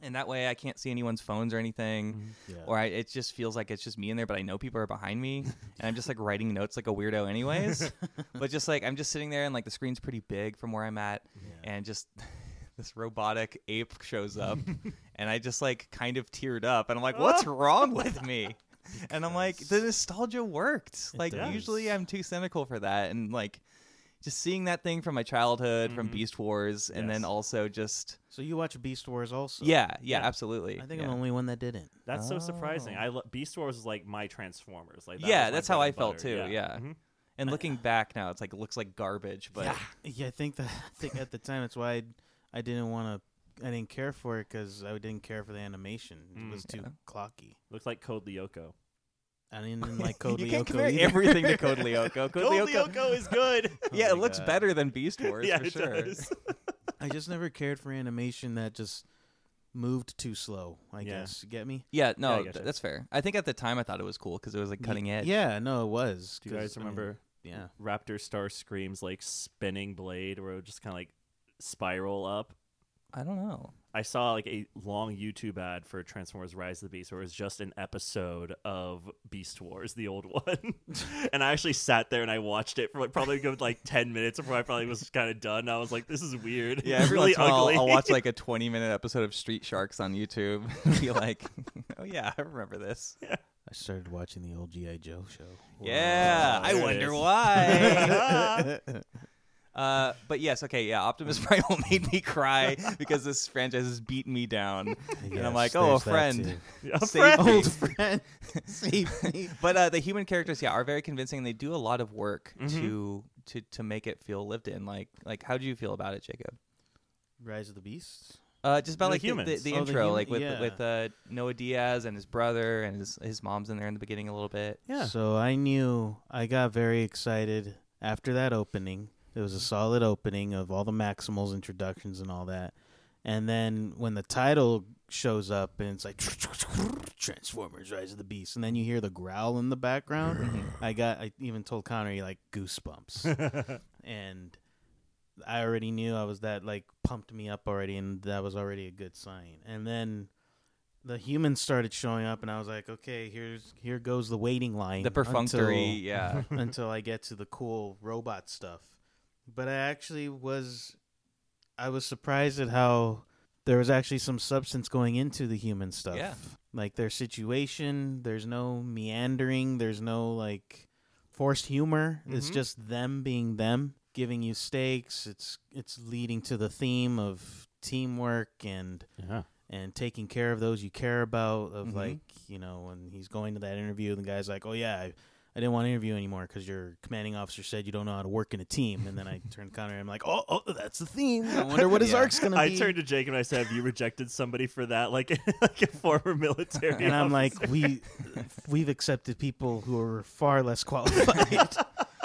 A: and that way I can't see anyone's phones or anything
C: Mm-hmm. Yeah.
A: or I, it just feels like it's just me in there, but I know people are behind me, and I'm just like writing notes like a weirdo, anyways. but just like I'm just sitting there, and like the screen's pretty big from where I'm at,
C: Yeah.
A: and just this robotic ape shows up, and I just like kind of teared up, and I'm like, what's wrong with me? And I'm like, the nostalgia worked.
C: It
A: Like
C: does.
A: usually I'm too cynical for that, and like just seeing that thing from my childhood, from
C: Mm-hmm.
B: Mhm.
A: Beast Wars, and then
B: Yes.
A: also just
C: So you watch Beast Wars also?
A: yeah, yeah,
B: Yeah.
A: absolutely.
C: I think
A: yeah.
C: I'm the only one that didn't.
B: that's so surprising.
A: Oh.
B: I lo- Beast Wars is like my Transformers. Like, that
A: Yeah,
B: was my
A: that's how
B: bread
A: I
B: and
A: felt
B: butter.
A: too, yeah.
B: Mhm.
A: And looking back now, it's like it looks like garbage, but
C: Yeah, I think that I think at the time it's why I'd, I did not want to. I didn't care for it because I didn't care for the animation. It
B: Mm,
C: was too
A: yeah.
C: clocky.
B: Looks like Code Lyoko.
C: I didn't like Code
A: you can't
C: Lyoko
A: compare
C: either.
A: everything to Code Lyoko. Code, Lyoko,
B: is good.
A: yeah,
C: Oh
A: it
C: my
A: looks
C: God.
A: better than Beast Wars
B: yeah,
A: for
B: it
A: sure.
B: does.
C: I just never cared for animation that just moved too slow. I
B: Yeah.
C: guess. You get me?
A: Yeah, no,
B: Yeah, I
A: th-
B: gotcha.
A: that's fair. I think at the time I thought it was cool because it was like cutting edge.
C: Yeah, no, it was.
B: Do you
C: 'cause,
B: guys
C: I mean,
B: remember
C: yeah.
B: Raptor Star Scream's like spinning blade, where it would just kind of like spiral up?
A: I don't know.
B: I saw like a long YouTube ad for Transformers: Rise of the Beast, where it was just an episode of Beast Wars, the old one. and I actually sat there and I watched it for like probably a good like ten minutes before I probably was kind of done. I was like, "This is weird.
A: Yeah, every
B: really
A: once in a while,
B: ugly."
A: I'll watch like a 20 minute episode of Street Sharks on YouTube and be like, oh yeah, I remember this.
C: I started watching the old G.I. Joe show.
A: Yeah,
B: Wow.
A: I
B: There it
A: wonder
B: is.
A: why.
B: Ah.
A: Uh, but yes, okay, yeah, Optimus Primal made me cry because this franchise has beaten me down. and I'm like, oh, a friend.
B: Yeah,
A: Save
B: friend.
A: me.
C: Old friend. Save me.
A: but uh, the human characters, yeah, are very convincing. and They do a lot of work
C: Mm-hmm.
B: Mhm.
A: to to to make it feel lived in. Like like, how do you feel about it, Jacob?
C: Rise of the Beast.
A: Uh, just about
B: The
A: like the, the,
B: humans.
A: the
C: Oh, the
A: intro,
C: hum-
A: like with
C: yeah.
A: with uh, Noah Diaz and his brother and his his mom's in there in the beginning a little bit.
B: Yeah.
C: So I knew I got very excited after that opening. It was a solid opening of all the Maximals introductions and all that. And then when the title shows up and it's like Transformers: Rise of the Beast, and then you hear the growl in the background. I got, I even told Connor, he, like goosebumps, and I already knew I was that like pumped me up already, and that was already a good sign. And then the humans started showing up, and I was like, okay, here's here goes the waiting line,
A: the perfunctory,
C: until-
A: yeah.
C: until I get to the cool robot stuff. But I actually was I was surprised at how there was actually some substance going into the human stuff.
A: Yeah.
C: Like their situation, there's no meandering, there's no like forced humor. It's
B: Mhm.
C: just them being them, giving you stakes. It's it's leading to the theme of teamwork and
B: yeah.
C: and taking care of those you care about of
A: Mhm.
C: like you know when he's going to that interview and the guy's like oh yeah i, I didn't want to interview anymore because your commanding officer said you don't know how to work in a team and then i turned to connor and i'm like oh, oh that's the theme i wonder what his
A: Yeah.
C: arc's gonna
B: I
C: be
B: turned to Jake and I said, "Have you rejected somebody for that? Like, like a former military?"
C: and i'm like
B: officer?"
C: we we've accepted people who are far less qualified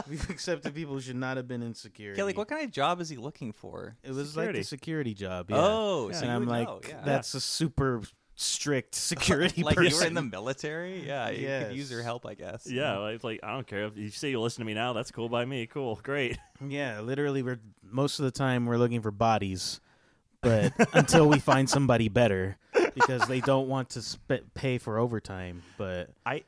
C: we've accepted people who should not have been in security
A: yeah, like what kind of job is he looking for?
C: it was like
B: Security.
C: the security job yeah.
A: Oh,
B: Yeah.
A: so
C: and
A: you
C: i'm
A: would
C: like
A: know, yeah.
C: that's a super strict security
A: like
C: person
A: you were in the military. Yeah, you could use your
C: Yes.
A: help, I guess.
B: "Yeah, like, like I don't care if you say you listen to me now. That's cool by me. Cool, great."
C: Yeah, literally, we're most of the time we're looking for bodies, but until we find somebody better, because they don't want to sp- pay for overtime. But
B: I-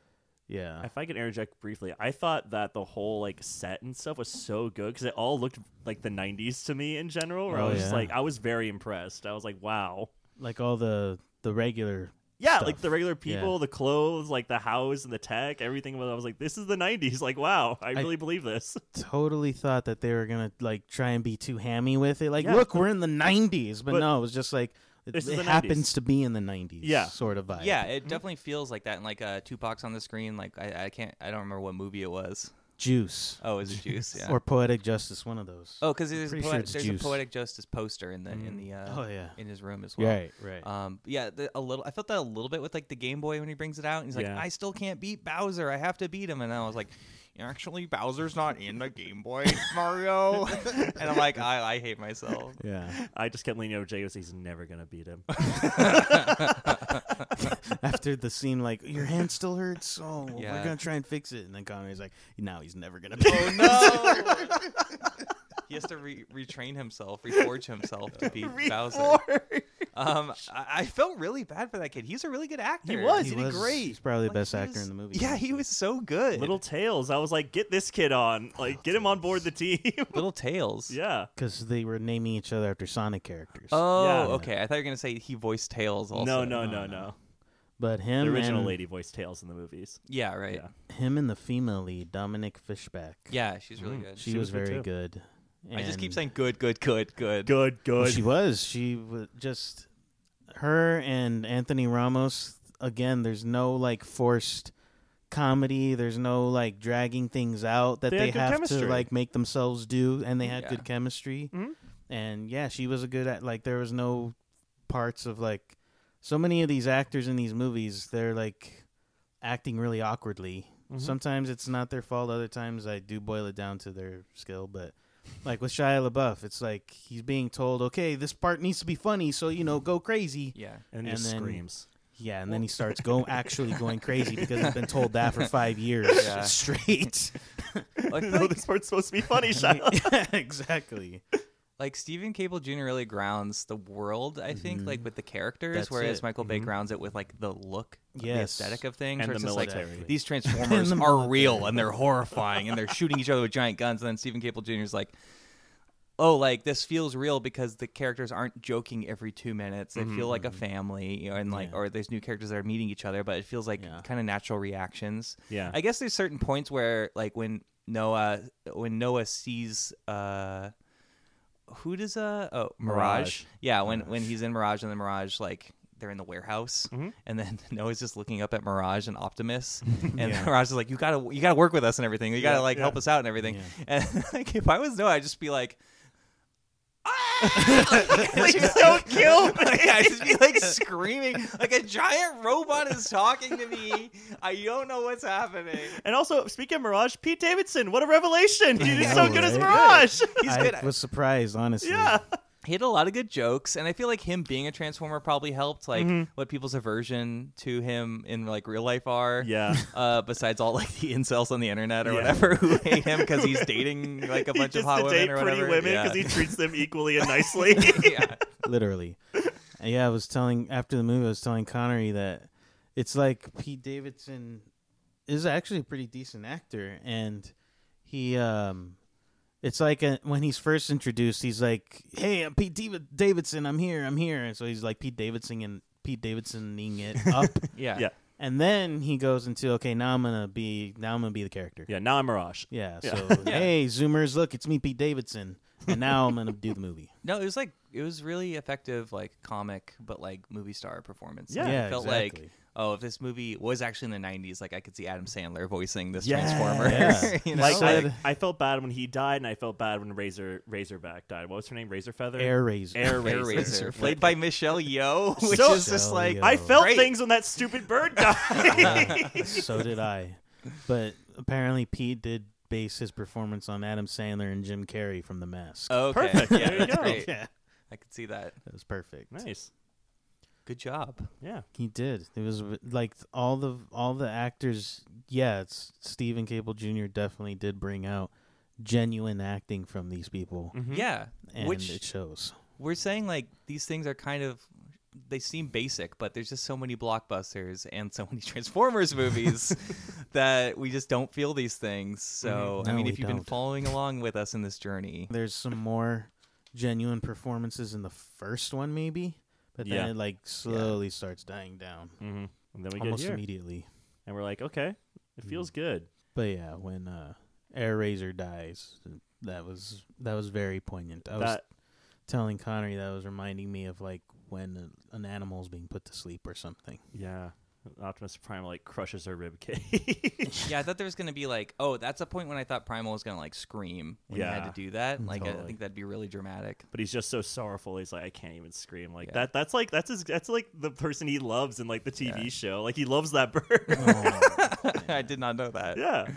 C: yeah,
B: If I can interject briefly, I thought that the whole like set and stuff was so good because it all looked like the '90s to me in general. Where I
C: Oh,
B: was just
C: yeah.
B: like, I was very impressed. I was like, "Wow."
C: like all the the regular.
B: Yeah,
C: stuff.
B: like the regular
C: Yeah.
B: people, the clothes, like the house and the tech, everything. was- I was like, "This is the '90s." Like, wow, I,
C: I-
B: really believe this.
C: Totally thought that they were gonna like try and be too hammy with it. Like,
B: Yeah.
C: look, we're in the '90s, but,
B: But
C: no, it was just like it,
B: this is
C: it
B: the 90s.
C: happens to be in the '90s.
B: Yeah.
C: sort of vibe.
A: Yeah, it definitely feels like that. And like uh, Tupac's on the screen. Like I, I can't, I don't remember what movie it was.
C: Juice
A: Oh, it was Juice. Yeah.
C: or poetic justice, one of those.
A: oh, because there's, a,
C: pretty sure
A: poet-
C: it's
A: there's
C: Juice.
A: a poetic justice poster in the in the uh,
C: Oh, yeah,
A: in his room as well.
C: right, right.
B: uh,
A: Um, yeah, the, a little. I felt that a little bit with like the Game Boy when he brings it out. And he's like,
B: Yeah.
A: I still can't beat Bowser. I have to beat him. And I was like, actually, Bowser's not in the Game Boy, Mario. and I'm like, I, I hate myself.
C: yeah.
B: I just kept leaning over to Jake. and said, He's never gonna beat him.
C: after the scene, like your hand still hurts. Oh, well, we're
A: Yeah.
C: gonna try and fix it. And then Connery's like, now he's never gonna. Be.
A: Oh no! he has to re- retrain himself, reforge himself to be Bowser. Um, I-, I felt really bad for that kid. He's a really good actor.
B: He was.
C: He
B: did
C: was-
B: great.
C: He's probably
A: Like,
C: the best
A: he
C: actor
A: was-
C: in the movie.
A: Yeah, he
C: honestly.
A: was so good.
B: Little Tails. I was like, get this kid on. Like, get him on board the team.
A: little tails.
B: yeah.
C: Because they were naming each other after Sonic characters.
A: Oh,
B: Yeah.
A: okay. I thought you were gonna say he voiced Tails. Also.
B: no, no,
C: no,
B: no, no,
C: no. but him,
B: The original
C: and,
B: lady voiced Tails in the movies.
A: Yeah, right. Yeah,
B: Yeah.
C: him and the female lead, Dominic Fishback.
A: she's really
B: Mm.
A: good.
C: she,
B: she was
C: was,
B: good,
C: very
B: too.
C: good.
A: I just keep
C: And-
A: saying good, good, good, good.
B: Good, good.
C: She was. She was just her and Anthony Ramos. Again, there's no like forced comedy. There's no like dragging things out that
B: They
C: they,
B: had good
C: have to
B: chemistry.
C: like make themselves do, and they had
A: Yeah.
C: good chemistry.
B: Mhm.
C: And yeah, she was a good at like there was no parts of like so many of these actors in these movies. They're like acting really awkwardly.
A: Mm-hmm.
B: Mhm.
C: Sometimes it's not their fault. Other times I do boil it down to their skill, but like with Shia LaBeouf, it's like he's being told, okay, this part needs to be funny, so you know, go crazy.
A: Yeah.
B: and
C: and
B: then just
C: then-
B: screams.
C: Yeah, and then he starts go actually going crazy because he's been told that for five years
A: Yeah.
C: straight.
A: Like,
B: no, this part's supposed to be funny, Shia.
C: yeah, exactly.
A: like Stephen Cable Jr. really grounds the world, I think,
C: Mm-hmm.
A: like with the characters,
C: That's
A: whereas
C: it.
A: Michael Bay grounds it with like the look, the
C: Mm-hmm. Yes.
A: aesthetic of things,
B: And
A: where
B: the
A: it's just
B: military.
A: like these Transformers
C: And the
A: are real and they're horrifying and they're shooting each other with giant guns, and then Stephen Cable Jr. is like. Oh, like this feels real because the characters aren't joking every two minutes. They feel like a
B: Mm-hmm.
A: family, you know, and like,
C: Yeah.
A: or there's new characters that are meeting each other, but it feels like
C: Yeah.
A: kind of natural reactions.
B: Yeah.
A: I guess there's certain points where like when Noah when Noah sees uh who does uh oh Mirage.
B: Mirage.
A: Yeah, when when he's in Mirage Mm-hmm. and the Mirage like they're in the warehouse and then Noah's just looking up at Mirage and Optimus and
C: Yeah.
A: Mirage is like you got to you got to work with us and everything. You got to
B: Yeah,
A: like
B: yeah.
A: help us out and everything.
C: Yeah.
A: And like if I was Noah I'd just be like
B: Please don't kill me.
A: like, I just be like screaming like a giant robot is talking to me. I don't know what's happening.
B: And also, speaking of Mirage, Pete Davidson, what a revelation! He did
C: I
B: so
C: know,
B: good as
C: right?
B: Mirage.
A: He's
C: I
A: good.
C: was surprised, honestly.
B: yeah,
A: he had a lot of good jokes, and I feel like him being a transformer probably helped, like
B: Mm-hmm.
A: what people's aversion to him in like real life are.
B: Yeah.
A: Uh, besides all like the incels on the internet or
B: Yeah.
A: whatever who hate him because he's dating like a bunch
B: he
A: of
B: gets
A: hot
B: to
A: women
B: date
A: or
B: pretty
A: whatever.
B: women
A: yeah.
B: because he treats them equally and nicely.
A: yeah.
C: literally. And yeah, I was telling after the movie, I was telling Connery that it's like Pete Davidson is actually a pretty decent actor, and he, um, it's like uh when he's first introduced, he's like, "Hey, I'm Pete Davi- Davidson. I'm here. I'm here." And so he's like Pete Davidson and Pete Davidsoning it up,
A: yeah.
B: Yeah.
C: and then he goes into, "Okay, now I'm gonna be now I'm gonna be the character."
B: yeah, now I'm Mirage.
C: Yeah.
B: Yeah.
C: So hey, Zoomers, look, it's me, Pete Davidson, and now I'm gonna do the movie.
A: No, it was like it was really effective, like comic, but like movie star performance.
B: Yeah.
A: It
C: Yeah,
A: felt like
C: exactly.
A: oh, if this movie was actually in the '90s, like I could see Adam Sandler voicing this
B: Yeah.
A: Transformer.
C: Yeah.
A: you know?
B: Like
C: Said-
B: I, I felt bad when he died, and I felt bad when Razor Razorback died. What was her name? Razor Feather.
C: Air Razor.
B: Er, Air
A: Hair
B: Razor.
A: Razor, played by Michelle Yeoh, which
B: So-
A: is just
C: Michelle
A: like
C: Yeoh.
B: I felt
A: Great.
B: things when that stupid bird died.
C: Yeah, so did I. But apparently, Pete did base his performance on Adam Sandler and Jim Carrey from The Mask.
B: Oh,
A: okay.
B: Perfect.
A: Yeah,
B: There you
A: that's
B: go.
A: great.
C: yeah,
A: I could see that.
C: that was perfect.
B: nice.
A: Good job.
B: Yeah.
C: He did. It was w- like all the all the actors. Yeah, it's Stephen Cable Jr. definitely did bring out genuine acting from these people,
B: Mm-hmm.
A: Yeah,
C: and
A: which
C: it shows.
A: we're saying like these things are kind of they seem basic, but there's just so many blockbusters and so many Transformers movies that we just don't feel these things. So I
C: No,
A: mean,
C: we
A: if you've been
C: don't.
A: following along with us in this journey,
C: There's some more genuine performances in the first one, maybe, but then
B: Yeah.
C: it like slowly starts dying down
B: Mm-hmm. And then we
C: almost
B: get here,
C: immediately.
B: and we're like, okay, it
C: Mm.
B: feels good.
C: But yeah, when uh, Air Razor dies, that was that was very poignant. I was
B: That
C: telling Connery that was reminding me of like when an animal's being put to sleep or something.
B: yeah. Optimus Prime like crushes her rib cage.
A: yeah, I thought there was gonna be like, oh, that's a point when I thought Primal was gonna like scream when he
B: Yeah.
A: had to do that. Like, I- I
C: Totally.
A: think that'd be really dramatic.
B: but he's just so sorrowful. He's like, I can't even scream like
A: Yeah.
B: that. That's like that's his. That's like the person he loves in like the TV show. Like he loves that bird.
A: I did not know that.
B: yeah,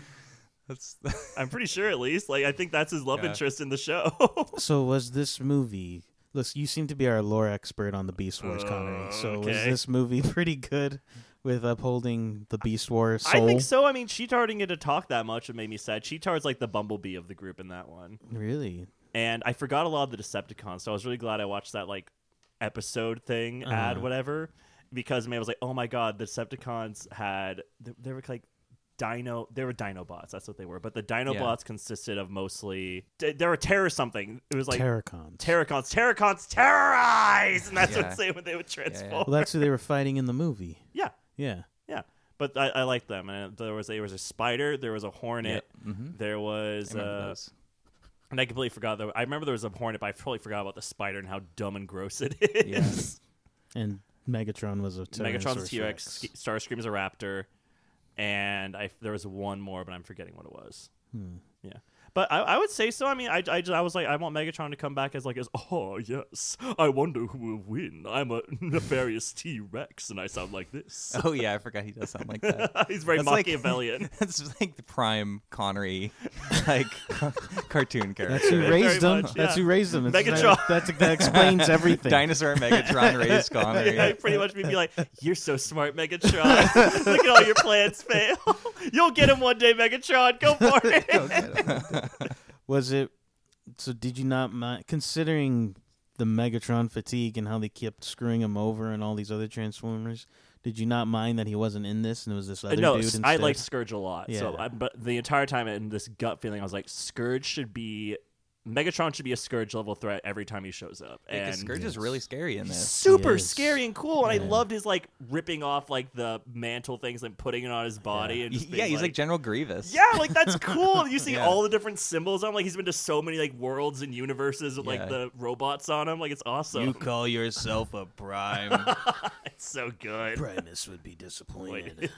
A: That's
B: I'm pretty sure at least. Like I think that's his love
A: Yeah.
B: interest in the show.
C: So was this movie? Look, you seem to be our lore expert on the Beast Wars, Connery. So was
B: Uh, Okay.
C: this movie pretty good with upholding the Beast Wars
B: I
C: soul?
B: think so. I mean, Cheetard didn't get to talk that much. It made me sad. Cheetard's like the bumblebee of the group in that one.
C: Really?
B: and I forgot a lot of the Decepticons, so I was really glad I watched that like episode thing ad
C: Uh-huh.
B: whatever because man I was like, oh my god, the Decepticons had they, they were like Dino, they were Dinobots, that's what they were, but the Dinobots consisted of mostly they, they were terror something. It was like
C: Terracons.
B: Terracons, Terracons terrorize, and that's
A: Yeah.
B: what they when they would transform.
C: well, that's who they were fighting in the movie.
B: Yeah.
C: Yeah.
B: But I, I liked them, and there was there was a spider, there was a hornet,
A: mm-hmm.
B: there was uh, And I completely forgot though. I remember there was a hornet, but I totally forgot about the spider and how dumb and gross it is.
C: And Megatron was a
B: Megatron's
C: Tyrannosaurus
B: T Rex,
C: Rex.
B: Starscream is a raptor, and I there was one more, but I'm forgetting what it was.
C: Hmm.
B: Yeah, but I, I would say so. I mean, I, I, just, I was like, I want Megatron to come back as like as oh yes, I wonder who will win. I'm a nefarious T Rex, and I sound like this.
A: Oh yeah, I forgot he does sound like that.
B: He's very
A: That's like-
B: Machiavellian.
A: That's like the prime Connery, like cartoon
C: That's who
A: character.
B: Very
C: raised them.
B: much,
C: That's
B: yeah.
C: who raised them. That's-
B: Megatron.
C: That, that, that explains everything.
A: Dinosaur Megatron raised Connery.
B: Yeah, I'd pretty much be like, "You're so smart, Megatron. Look at all your plans fail. You'll get him one day, Megatron. Go for it."
C: Was it? So did you not mind considering the Megatron fatigue and how they kept screwing him over and all these other Transformers? Did you not mind that he wasn't in this and it was this other
B: no,
C: dude
B: s-
C: instead?
B: I like Scourge a lot. So,
C: Yeah.
B: I, but the entire time in this gut feeling, I was like, "Scourge should be Megatron should be a Scourge level threat every time he shows up." And
A: Because Scourge is really scary in
B: he's
A: this.
B: super
C: Yes.
B: scary and cool. And I
C: Yeah.
B: loved his like ripping off like the mantle things and putting it on his body. And just
A: Yeah,
B: being
A: he's like, General Grievous.
B: Yeah, like that's cool. You see
A: Yeah.
B: all the different symbols on. him. Like he's been to so many like worlds and universes with
A: Yeah.
B: like the robots on him. Like it's awesome.
A: call yourself a prime?
B: it's so good.
C: Primus would be disappointed.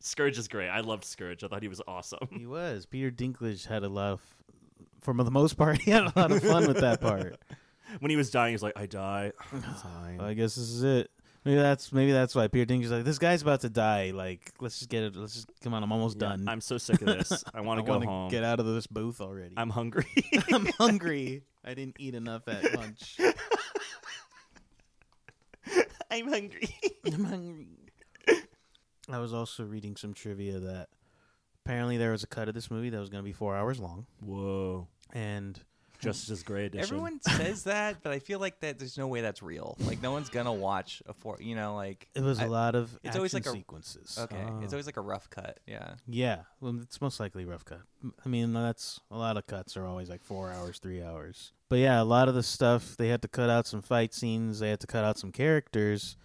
B: Scourge is great. I loved Scourge. I thought he was awesome.
C: he was. Peter Dinklage had a lot of. For the most part, he had a lot of fun with that part.
B: When he was dying, he was like, "I die."
C: Well, I guess this is it. Maybe that's maybe that's why Peter Dinklage's like this guy's about to die. Like let's just get it. Let's just come on. I'm almost
B: Yeah,
C: done.
B: I'm so sick of this. I want
C: I
B: to go
C: wanna
B: home.
C: Get out of this booth already.
B: I'm hungry.
C: I'm hungry. I didn't eat enough at lunch.
B: I'm hungry.
C: I'm hungry. I was also reading some trivia that apparently there was a cut of this movie that was going to be four hours long,
B: Whoa.
C: and
B: Justice Gray edition.
A: Everyone says that, but I feel like that there's no way that's real. Like no one's gonna watch a four. You know, like
C: it was a
A: I-
C: lot of
A: it's always
C: action
A: like a-
C: sequences.
A: Okay, it's
C: Ah.
A: always like a rough cut. Yeah,
C: yeah. Well, it's most likely rough cut. M- I mean, that's a lot of cuts are always like four hours, three hours. But yeah, a lot of the stuff they had to cut out some fight scenes, they had to cut out some characters,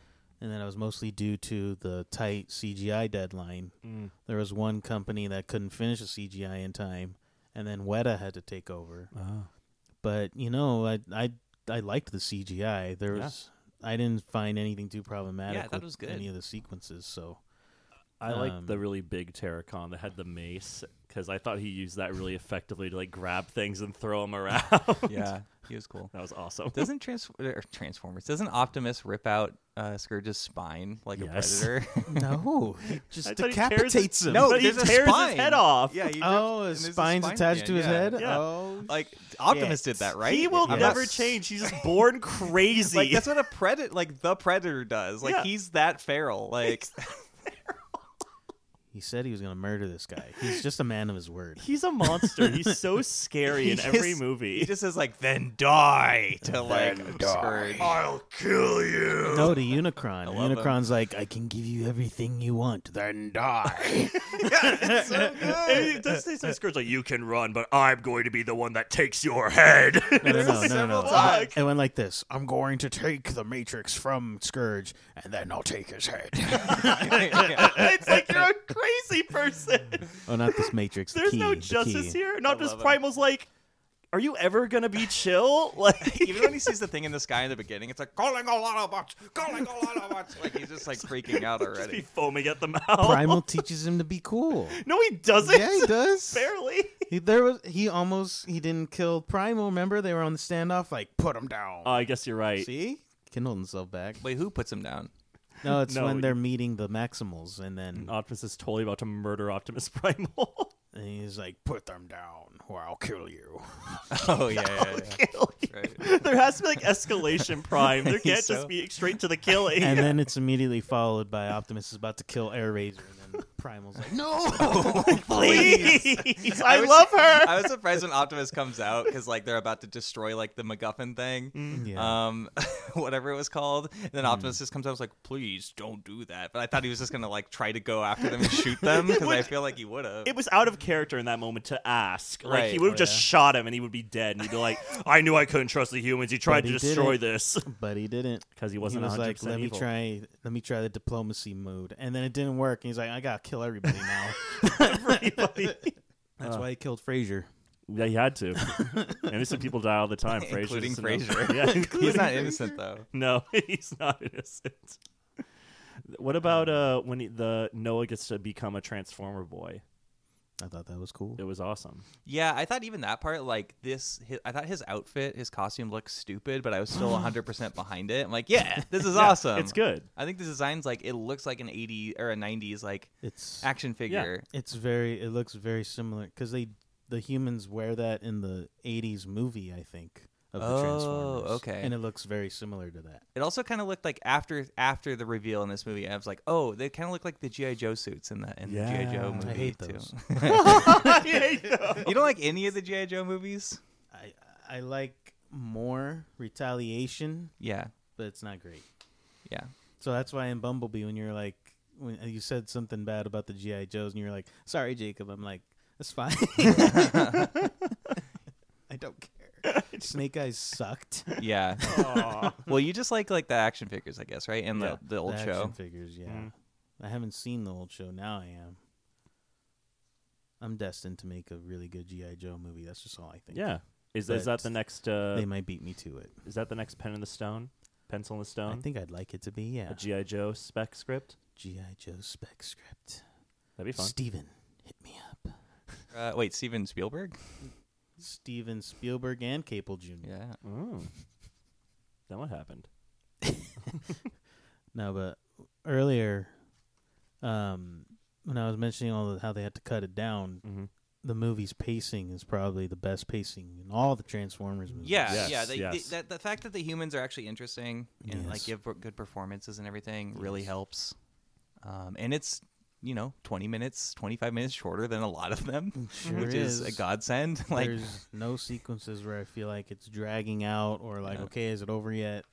C: and then it was mostly due to the tight CGI deadline.
B: Mm.
C: there was one company that couldn't finish the CGI in time, and then Weta had to take over. But you know, I I I liked the CGI. There
B: Yeah.
C: was I didn't find anything too problematic
A: Yeah, I thought
C: with
A: it was good.
C: any of the sequences. So
B: I like the
C: Um,
B: really big Terracon that had the mace because I thought he used that really effectively to like grab things and throw them around.
A: yeah, he was cool.
B: that was awesome.
A: Doesn't Trans- or Transformers? Doesn't Optimus rip out uh, Scourge's spine like
B: Yes.
A: a predator?
C: no, he just
B: I thought he tears
C: decapitates him.
A: No,
B: but he
A: there's a
B: tears
A: spine.
B: his head off.
A: yeah, he rips-
C: oh,
A: and
C: his
A: there's a
C: spine's
A: spine
C: attached
A: again,
C: to his
A: yeah.
C: head.
B: Yeah.
C: Oh,
A: Like Optimus did that, right?
B: He will
A: I'm not
B: never
A: s-
B: change. He's just born crazy.
A: Like that's what a predator, like the predator, does. Like
B: Yeah.
A: he's that feral. Like
C: he said he was gonna murder this guy. He's just a man of his word.
B: He's a monster. He's so scary in
A: He
B: every
A: just-
B: movie.
A: he just says like, "Then die" to like Scourge.
B: I'll kill you.
C: No, to Unicron.
A: love him.
C: Unicron's like, I can give you everything you want. Then die.
A: it's so
B: And
A: good.
B: he does say something Scourge like, "You can run, but I'm going to be the one that takes your head."
C: No, no, no, no,
A: Several
C: no.
A: times.
C: It went like this. I'm going to take the Matrix from Scourge, and then I'll take his head.
B: it's like you're a crazy person.
C: oh, not this Matrix. the
B: There's
C: key,
B: no
C: the
B: justice
C: key.
B: here. Not
A: I
B: just
A: love it.
B: Primal's like, are you ever gonna be chill? Like,
A: Even when he sees the thing in the sky in the beginning, it's like calling all Autobots, calling all Autobots. Like he's just like freaking out
B: just be
A: already.
B: foaming at the mouth.
C: Primal teaches him to be cool.
B: No, he doesn't.
C: yeah, he does.
B: Barely.
C: He, there was he almost he didn't kill Primal. Remember they were on the standoff, like put him down.
A: Uh,
B: Oh, I guess you're right.
C: See, can hold himself back.
A: Wait, who puts him down?
C: No, it's
B: No, Oh.
C: when
B: you-
C: they're meeting the Maximals, and then
B: Optimus is totally about to murder Optimus Primal.
C: and he's like, put them down, or I'll kill you.
A: Oh yeah, yeah, yeah.
B: Kill you.
A: Right.
B: There has to be like escalation, Prime. There can't
A: So-
B: just be straight to the killing.
C: And then it's immediately followed by Optimus is about to kill Air Razor, and then Primal's like, no.
B: Please, I,
A: was-
B: love her.
A: Oh, I was surprised when Optimus comes out because like they're about to destroy like the MacGuffin thing,
B: Mm.
C: Yeah.
A: um, whatever it was called. And then Optimus just comes out, I was like, "Please don't do that." But I thought he was just gonna like try to go after them and shoot them because I
B: Would-
A: feel like he would have.
B: it was out of character in that moment to ask. Like he
A: Right.
B: would have
A: Oh,
B: just
A: yeah.
B: shot him and he would be dead and he'd be like, I knew I couldn't trust the humans. He tried to
C: But he
B: destroy
C: didn't.
B: this.
C: but he didn't.
B: Because he
C: He
B: wasn't
C: was
B: 100
C: like, "Let
B: evil.
C: me try, let me try the diplomacy mode," and then it didn't work. And he's like, "I gotta kill everybody now."
B: Everybody.
C: That's why he killed Frazier.
B: yeah, he had to. Innocent people die all the time. Frasier's
A: Including
B: just enough-
A: Frasier.
B: Yeah,
A: He's
B: including-
A: not innocent though.
B: No, he's not innocent. What about uh, when he, the Noah gets to become a Transformer boy?
C: I thought that was cool.
B: It was awesome.
A: Yeah, I thought even that part, like this, hi I thought his outfit, his costume looked stupid, but I was still 100% behind it. I'm like, yeah, this is
B: Yeah,
A: awesome.
B: It's good.
A: I think the design's like, it looks like an 80 or a 90s like
C: It's
A: action figure.
C: it's very, it looks very similar because they the humans wear that in the '80s movie, I think. Of the
A: Oh,
C: Transformers.
A: okay.
C: And it looks very similar to that.
A: It also kind of looked like after after the reveal in this movie, I was like, oh, they kind of look like the GI Joe suits in the in the GI Joe
B: Yeah. I
A: movie
C: hate
A: too.
C: those.
B: I hate those.
A: you don't like any of the GI Joe movies?
C: I I like more retaliation,
A: Yeah,
C: but it's not great.
A: yeah.
C: So that's why in Bumblebee, when you're like, when you said something bad about the GI Joes, and you're like, "Sorry, Jacob," I'm like, "That's fine. I don't care." Snake Eyes sucked.
A: Yeah.
B: Aw.
A: well, you just like like the action figures, I guess, right? And
B: Yeah,
A: the, the old
C: The action
A: show.
C: figures. Yeah,
B: Mm.
C: I haven't seen the old show. Now I am. I'm destined to make a really good GI Joe movie. That's just all I think.
B: Yeah. Is, is that
C: But
B: the next uh,
C: they might beat me to it.
B: Is that the next pen in the stone? Pencil in the
C: I
B: stone?
C: think I'd like it to be. Yeah,
B: A G.I. Joe spec script?
C: GI Joe spec script.
B: That'd be fun.
C: Steven, hit me up.
A: Uh, wait, Steven Spielberg?
C: Steven Spielberg and Capel Jr.
A: Yeah.
B: Oh. Then what happened?
C: No, but earlier, um, when I was mentioning all the, how they had to cut it down,
B: Mm-hmm.
C: the movie's pacing is probably the best pacing in all the Transformers movies.
A: Yeah,
B: Yes,
A: yeah. They, they-
B: yes.
A: that, the fact that the humans are actually interesting and like
C: Yes.
A: give per- good performances and everything really
C: Yes.
A: helps. Um, and it's you know twenty minutes, twenty five minutes shorter than a lot of them,
C: Mm, sure
A: which is. a
C: is.
A: godsend. like
C: There's no sequences where I feel like it's dragging out or like,
A: Yeah.
C: okay, is it over yet?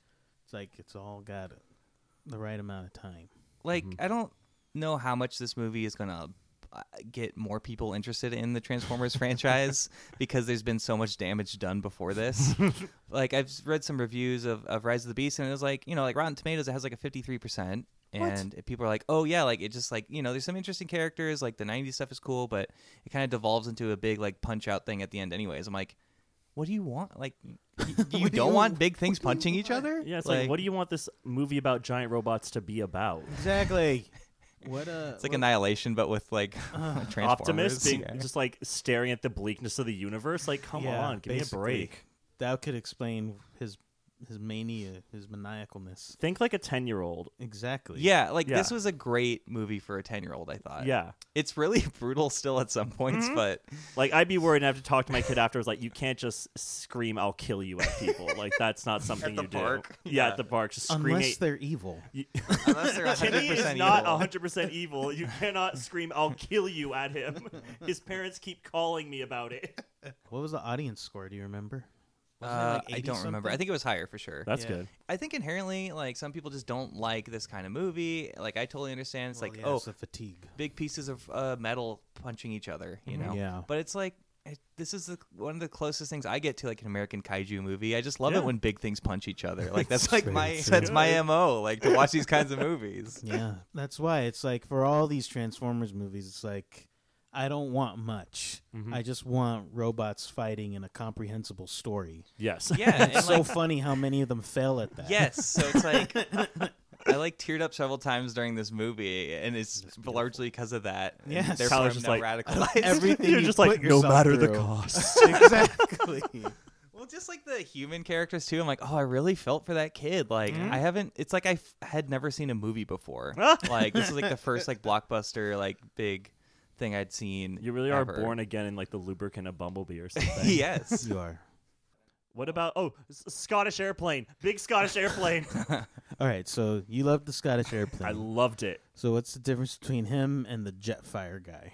C: It's like it's all got the right amount of time.
A: like
C: mm-hmm.
A: I don't know how much this movie is gonna uh, get more people interested in the Transformers franchise because there's been so much damage done before this. like I've read some reviews of, of Rise of the Beast and it was like you know like Rotten Tomatoes it has like a fifty three percent and people are like oh yeah like it just like you know there's some interesting characters like the 90s stuff is cool but it kind of devolves into a big like punch out thing at the end anyways I'm like what do you want like y- you
C: What do
A: don't
C: you-
A: want big things
C: what do you
A: punching each
C: want?
A: other
B: Yeah, it's like, what do you want this movie about giant robots to be about?
C: Exactly. what a
A: It's like annihilation, but with like
C: Uh,
A: Transformers.
B: Optimus being
A: Yeah.
B: just like staring at the bleakness of the universe. Like, come
C: Yeah,
B: on, give
C: basically.
B: me a break.
C: that could explain his his mania, his maniacalness.
B: Think like a ten year old.
C: Exactly.
A: Yeah, like this
B: Yeah.
A: was a great movie for a ten-year-old. I thought.
B: Yeah, Mm-hmm.
A: it's really brutal still at some points, but
B: like I'd be worried. and I have to talk to my kid afterwards. Like, you can't just scream "I'll kill you" at people. Like, that's not something
A: the
B: you
A: park?
B: do. Yeah,
A: Yeah.
B: at the park, just
C: Unless
B: screaming.
C: they're evil.
A: unless they're
B: Timmy
A: hundred
B: is
A: percent
B: not
A: evil.
B: 100% evil. You cannot scream, I'll kill you at him. His parents keep calling me about it.
C: What was the audience score? Do you remember? Wasn't it
A: Uh,
C: like
A: I
C: 80
A: don't remember. I
C: something?
A: think it was higher for sure.
B: That's
C: Yeah.
B: good.
A: I think inherently, like some people just don't like this kind of movie. Like I totally understand. It's
C: Well,
A: like
C: yeah,
A: oh,
C: it's the fatigue.
A: big pieces of uh, metal punching each other,
B: Mm-hmm.
A: you know.
C: Yeah.
A: But it's like it, this is the, one of the closest things I get to like an American kaiju movie. I just love
B: Yeah.
A: it when big things punch each other. Like that's
C: It's
A: like
C: true,
A: my
C: it's true.
A: that's my mo. Like to watch these kinds of movies.
C: Yeah, that's why it's like for all these Transformers movies, it's like I don't want much.
A: Mm-hmm.
C: I just want robots fighting in a comprehensible story.
B: Yes.
A: Yeah, and
C: It's so
A: like,
C: funny how many of them fail at that.
A: yes. So it's like I like teared up several times during this movie, and it's largely because of that. and
C: Yes.
A: therefore
B: Tyler's
A: I'm
B: just
A: now
B: like,
A: radicalized.
C: Everything
B: You're
C: you
B: just
C: put
B: like, no
C: yourself
B: matter the
C: through.
B: cost.
C: exactly.
A: Well, just like the human characters too. I'm like, oh, I really felt for that kid. Like,
B: Mm-hmm.
A: I haven't. It's like I f- had never seen a movie before. like, this is like the first like blockbuster like big thing I'd seen.
B: You really are
A: ever.
B: born again in like the lubricant of Bumblebee or something.
A: yes.
C: you are.
B: What about, oh, S- Scottish Airplane. Big Scottish Airplane.
C: All right, so you love the Scottish airplane.
B: I loved it.
C: so what's the difference between him and the Jetfire guy?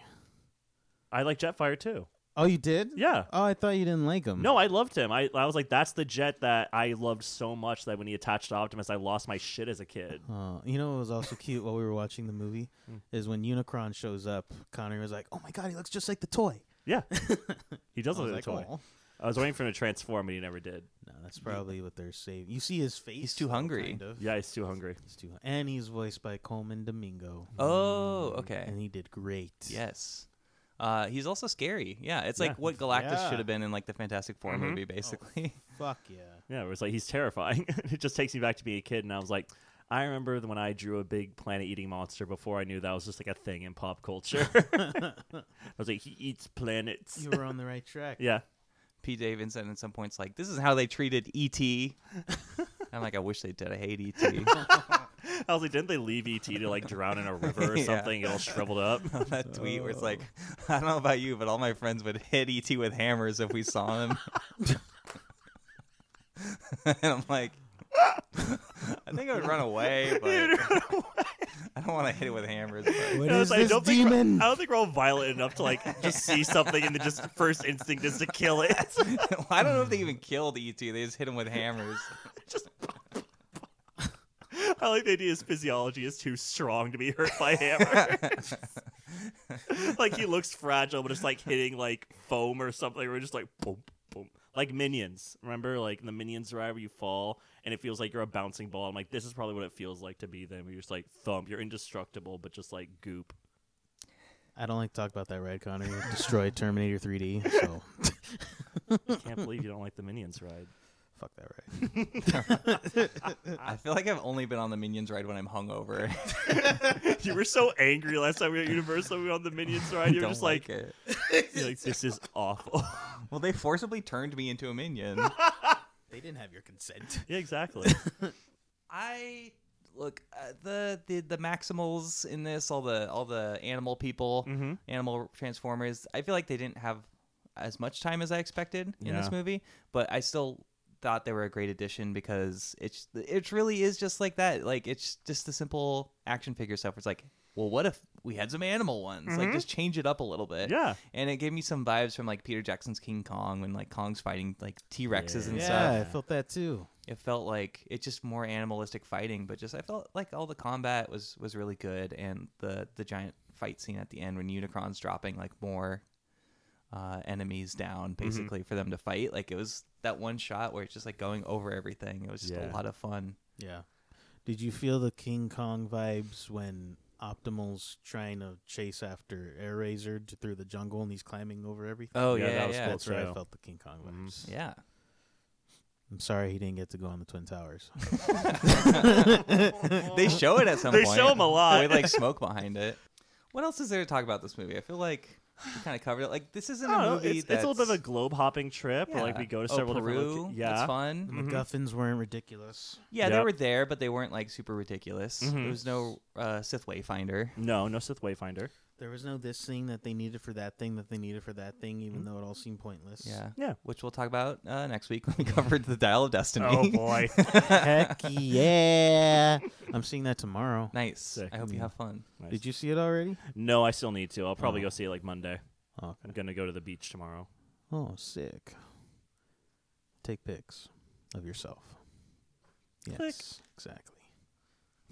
B: I like Jetfire too.
C: Oh, you did?
B: Yeah.
C: Oh, I thought you didn't like him.
B: No, I loved him. I, I was like, that's the jet that I loved so much that when he attached to Optimus, I lost my shit as a kid.
C: Uh, you know what was also cute while we were watching the movie
B: Hmm.
C: is when Unicron shows up. Connor was like, "Oh my god, he looks just like the toy."
B: Yeah. He does
C: I
B: look
C: was
B: like a
C: like,
B: toy.
C: "Aw."
B: I was waiting for him to transform, but he never did.
C: No, that's probably what they're saving. You see his face.
A: too
C: though,
A: hungry.
C: Kind of.
B: Yeah, he's too hungry.
C: He's too, and he's voiced by Coleman Domingo,
A: Oh,
B: Mm.
A: okay.
C: and he did great.
A: Yes. Uh, he's also scary. Yeah, it's like
B: Yeah.
A: what Galactus
C: Yeah.
A: should have been in like the Fantastic 4
B: Mhm.
A: movie, basically.
C: Fuck yeah.
B: Yeah, it was like he's terrifying. it just takes me back to being a kid, and I was like, I remember when I drew a big planet-eating monster before I knew that was just like a thing in pop culture. I was like, he eats planets.
C: You were on the right track.
B: Yeah,
A: P. Davidson at some points like, this is how they treated E.T. I'm like, I wish they did. E I hate E.T.
B: I was like, didn't they leave ET to like drown in a river or
A: Yeah.
B: something? It all shriveled up.
A: that tweet where it's like, I don't know about you, but all my friends would hit ET with hammers if we saw him. and I'm like, I think I would run away, but I don't want to hit it with hammers. But
C: What
B: I was
C: is
B: like, I
C: this
B: don't think we're-
C: demon?
B: I don't think we're all violent enough to like just see something and the just first instinct is to kill it.
A: I don't know if they even killed ET. They just hit him with hammers.
B: just I like the idea his physiology is too strong to be hurt by hammer. like he looks fragile, but it's like hitting like foam or something. We're just like boom, boom, like minions. Remember, like in the minions ride where you fall and it feels like you're a bouncing ball. I'm like, this is probably what it feels like to be them. You're just like thump. You're indestructible, but just like goop.
C: I don't like to talk about that, right, Connor? You destroyed Terminator 3D, so
B: I can't believe you don't like the minions ride.
C: fuck that, right?
A: I feel like I've only been on the Minions ride when I'm hungover.
B: You were so angry last time we were at Universal. We were on the minions
A: I
B: ride. You're
A: don't
B: just
A: like,
B: like,
A: it.
B: you're like this is awful.
A: Well, they forcibly turned me into a minion.
C: They didn't have your consent.
B: yeah, exactly.
A: I look uh, the, the the Maximals in this, all the all the animal people,
B: Mhm.
A: animal transformers. I feel like they didn't have as much time as I expected in
B: Yeah.
A: this movie, but I still thought they were a great addition because it's it really is just like that. Like it's just the simple action figure stuff. where It's like, well, what if we had some animal ones? Like just change it up a little bit.
B: Mm-hmm. Yeah.
A: And it gave me some vibes from like Peter Jackson's King Kong when like Kong's fighting like T Rexes and
C: yeah,
A: stuff
C: I felt that too.
A: it felt like it's just more animalistic fighting but just i felt like all the combat was was really good and the the giant fight scene at the end when unicron's dropping like more uh enemies down
B: Mm-hmm.
A: basically for them to fight like it was that one shot where it's just like going over everything it was just
B: Yeah.
A: a lot of fun
C: Yeah. Did you feel the King Kong vibes when Optimal's trying to chase after Air Razor t- through the jungle and he's climbing over everything?
A: oh
B: Yeah,
A: yeah
B: that
A: yeah
B: was
A: yeah.
B: cool.
C: That's where I
B: too.
C: felt the King Kong
B: Mhm.
C: vibes.
A: yeah
C: I'm sorry he didn't get to go on the Twin Towers.
A: they show it at some
B: They
A: point
B: show 'em a lot.
A: with like smoke behind it what else is there to talk about this movie i feel like we kind of covered it like this isn't
B: I
A: a
B: don't know,
A: movie
B: it's, it's a little bit of
A: that's-
B: a globe hopping trip. where, like
A: Yeah.
B: we go to
A: Oh,
B: several
A: Peru.
B: different. loca- yeah,
A: it's fun.
C: The
B: Mm-hmm.
C: MacGuffins weren't ridiculous.
A: Yeah, they
B: Yep.
A: were there, but they weren't like super ridiculous.
B: Mhm.
A: There was no uh, Sith Wayfinder.
B: No, no Sith Wayfinder.
C: There was no this thing that they needed for that thing that they needed for that thing, even though it all seemed pointless.
A: Mm-hmm. Yeah,
B: Yeah.
A: which we'll talk about uh, next week when we cover the Dial of Destiny.
B: Oh boy.
C: Heck yeah. I'm seeing that tomorrow.
A: nice.
B: Sick. Mm-hmm.
A: I hope you have fun.
C: Did you see it already?
B: No, I still need to. I'll probably
C: Oh.
B: go see it like Monday.
C: Oh,
B: I'm gonna go to the beach tomorrow.
C: Oh, sick. Take pics of yourself. Yes, exactly.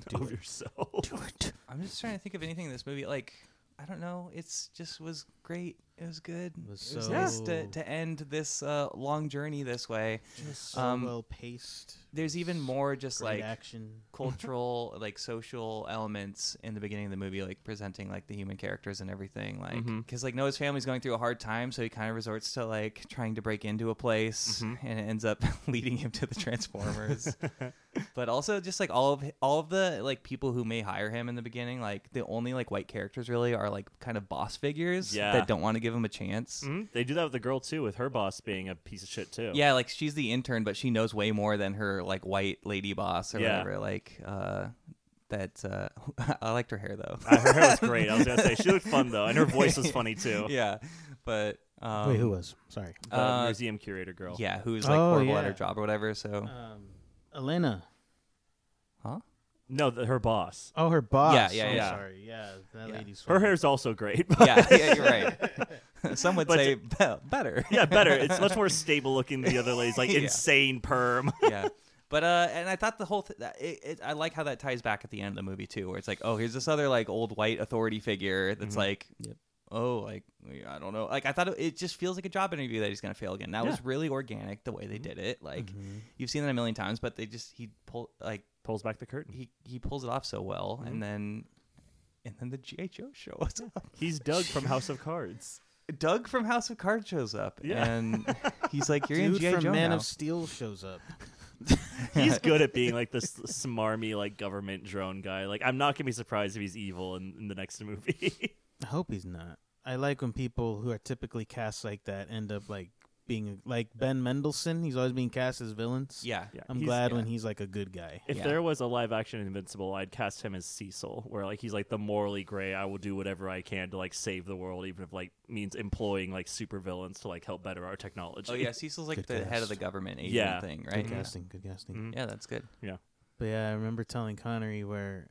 C: Do
B: of
C: it.
B: yourself.
C: it.
A: I'm just trying to think of anything in this movie. Like, I don't know. It's just was great. It was good.
C: It was
A: nice to,
C: so-
A: to end this uh, long journey this way.
C: Just so
A: Um,
C: well paced.
A: There's even more just
C: Great
A: like
C: action.
A: cultural, like social elements in the beginning of the movie, like presenting like the human characters and everything, like
B: Mhm.
A: because like Noah's family's going through a hard time, so he kind of resorts to like trying to break into a place,
B: Mhm.
A: and it ends up leading him to the Transformers. but also just like all of all of the like people who may hire him in the beginning, like the only like white characters really are like kind of boss figures
B: Yeah.
A: that don't want to give him a chance.
B: Mhm. They do that with the girl too, with her boss being a piece of shit too.
A: Yeah, like she's the intern, but she knows way more than her like white lady boss or
B: Yeah.
A: whatever. Like uh, that. Uh, I liked her hair though.
B: Uh, her hair was great. I was gonna say she looked fun though, and her voice was funny too.
A: yeah, but um,
C: Wait, who was? Sorry.
B: The
A: Uh,
B: museum curator girl.
A: Yeah, who's like
C: Oh,
A: horrible at
C: yeah.
A: her job or whatever. So
C: Um, Elena.
B: Oh. No, the, her boss.
C: Oh, her boss.
A: Yeah, yeah,
C: I'm
B: yeah.
C: Sorry. Yeah, that
A: Yeah.
C: lady's.
B: Her
C: funny.
B: hair's also great. but-
A: yeah, yeah, you're right. Some would
B: But-
A: say be- better.
B: yeah, better. It's much more stable looking than the other ladies. Like
A: Yeah.
B: insane perm.
A: yeah. But uh, and I thought the whole th- that- it, it, I like how that ties back at the end of the movie too, where it's like, oh, here's this other like old white authority figure that's
B: Mhm.
A: like,
C: Mm-hmm. Yep.
A: oh, like I don't know, like I thought it, it just feels like a job interview that he's gonna fail again. That
B: Yeah.
A: was really organic the way they did it. Like
C: Mhm.
A: you've seen that a million times, but they just he pull like
B: Pulls back the curtain.
A: he he pulls it off so well,
B: Mhm.
C: Mm-hmm.
A: and then and then the GI Joe shows up.
B: He's Doug from House of Cards.
A: Doug from House of Cards shows up,
B: Yeah.
A: and he's like, "You're in
C: Dude
A: GI
C: from
A: Joe
C: Man
A: now."
C: of Steel shows up.
B: He's good at being like this smarmy like government drone guy. Like I'm not gonna be surprised if he's evil in, in the next movie.
C: I hope he's not. I like when people who are typically cast like that end up like being like Ben Mendelsohn. He's always being cast as villains.
A: yeah,
B: Yeah,
C: I'm
B: he's-
C: glad
A: yeah.
C: when he's like a good guy.
B: If
A: Yeah.
B: there was a live action Invincible, I'd cast him as Cecil, where like he's like the morally gray. I will do whatever I can to like save the world, even if like means employing like supervillains to like help better our technology.
A: Oh yeah, Cecil's like
C: Good
A: the head of
C: cast.
A: the government agent
B: Yeah.
A: thing,
C: Good
A: right? Yeah. Mm-hmm.
C: casting, good casting.
B: Mhm.
A: Yeah, that's good.
C: But yeah, I remember telling Connery where.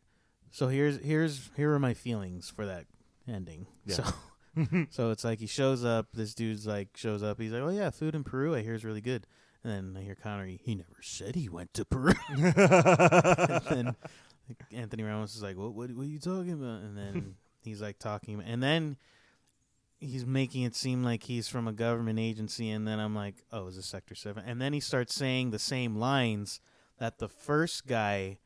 C: So here's here's here are my feelings for that ending.
B: Yeah.
C: So so it's like he shows up. This dude's like shows up. He's like, oh yeah, food in Peru. I hear is really good. And then I hear Connery. He never said he went to Peru. and then Anthony Ramos is like, what, what, what are you talking about? And then he's like talking, and then he's making it seem like he's from a government agency. And then I'm like, oh, is this Sector 7? And then he starts saying the same lines that the first guy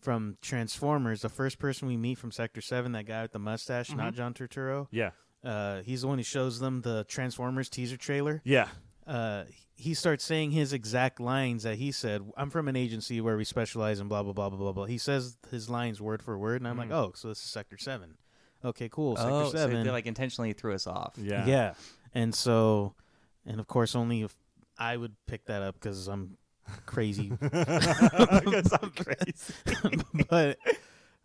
C: from Transformers, the first person we meet from Sector 7, that guy with the mustache,
A: Mm-hmm.
C: not John Turturro,
B: Yeah.
C: uh, he's the one who shows them the Transformers teaser trailer
B: Yeah.
C: uh, he starts saying his exact lines that he said. I'm from an agency where we specialize in blah blah blah blah blah blah. He says his lines word for word, and I'm like, oh, so this is Sector Seven. Okay, cool. Sector
A: Mm-hmm. oh, so
C: Seven.
A: they like intentionally threw us off.
B: Yeah.
C: yeah, and so, and of course, only if I would pick that up because I'm crazy,
B: Because I'm crazy.
C: but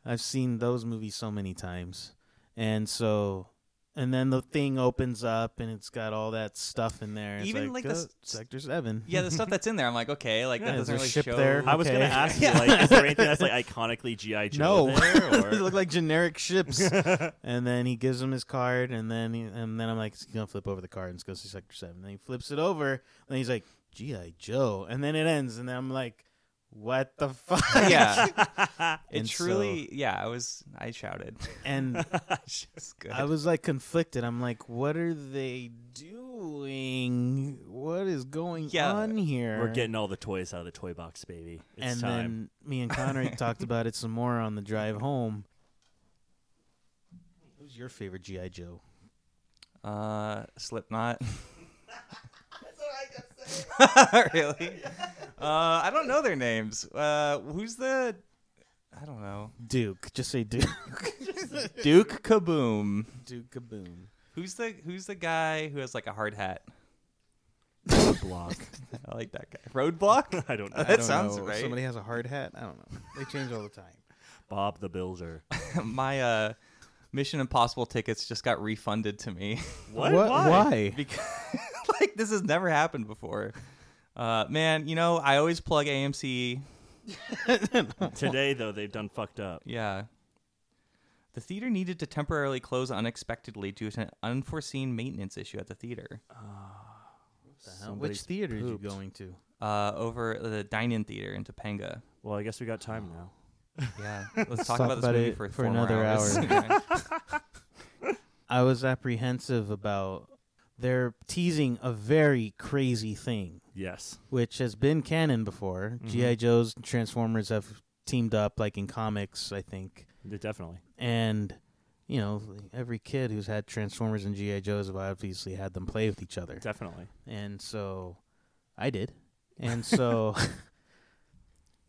C: I've seen those movies so many times, and so and then the thing opens up and it's got all that stuff in there. It's
A: Even, like, the
C: uh,
A: s-
C: Sector Seven.
A: Yeah, the stuff that's in there, I'm like, okay, like
C: Yeah,
A: that
C: is
A: doesn't
C: there
A: really
C: ship
A: show.
C: there?
B: I was gonna
C: Okay.
B: ask you, like, is there anything that's like iconically GI Joe?
C: No,
B: there, or-
C: they look like generic ships. and then he gives him his card, and then he, and then I'm like, he's gonna flip over the card and it goes to Sector Seven. And he flips it over, and he's like, GI Joe, and then it ends, and then I'm like, what the fuck?
A: yeah, it
C: And so-
A: truly. yeah, I was. I shouted.
C: and
A: It's good.
C: I was like conflicted. I'm like, what are they doing? What is going
A: Yeah.
C: on here?
B: We're getting all the toys out of the toy box, baby. It's
C: and
B: time.
C: then me and Connery talked about it some more on the drive home. Who's your favorite GI Joe?
A: Uh, Slipknot. That's what I really? Uh, I don't know their names. Uh, who's the? I don't know.
C: Duke. Just say Duke.
A: Duke Kaboom.
C: Duke Kaboom.
A: Who's the Who's the guy who has like a hard hat?
B: block.
A: I like that guy. Roadblock.
B: I don't know.
A: Uh, That sounds right.
C: Somebody has a hard hat. I don't know. They change all the time.
B: Bob the Builder.
A: My uh, Mission Impossible tickets just got refunded to me.
B: What?
C: Why?
B: Why?
A: because like this has never happened before. Uh, man, you know I always plug AMC.
B: Today though, they've done fucked up.
A: Yeah. The theater needed to temporarily close unexpectedly due to an unforeseen maintenance issue at the theater.
C: Which
B: Somebody's
C: Uh, theater are you
B: pooped.
C: going to?
A: Uh, over the dine-in theater in Topanga.
B: Well, I guess we got time now.
A: Yeah, let's talk
C: Talk
A: about this
C: about
A: movie
C: it
A: for,
C: for
A: four more
C: another
A: hours.
C: hour.
A: Yeah.
C: I was apprehensive about they're teasing a very crazy thing,
B: Yes.
C: which has been canon before. GI Joes and Transformers have teamed up, like in comics, I think,
B: d- Definitely.
C: and you know every kid who's had Transformers and GI Joes have obviously had them play with each other,
B: Definitely.
C: and so I did, and so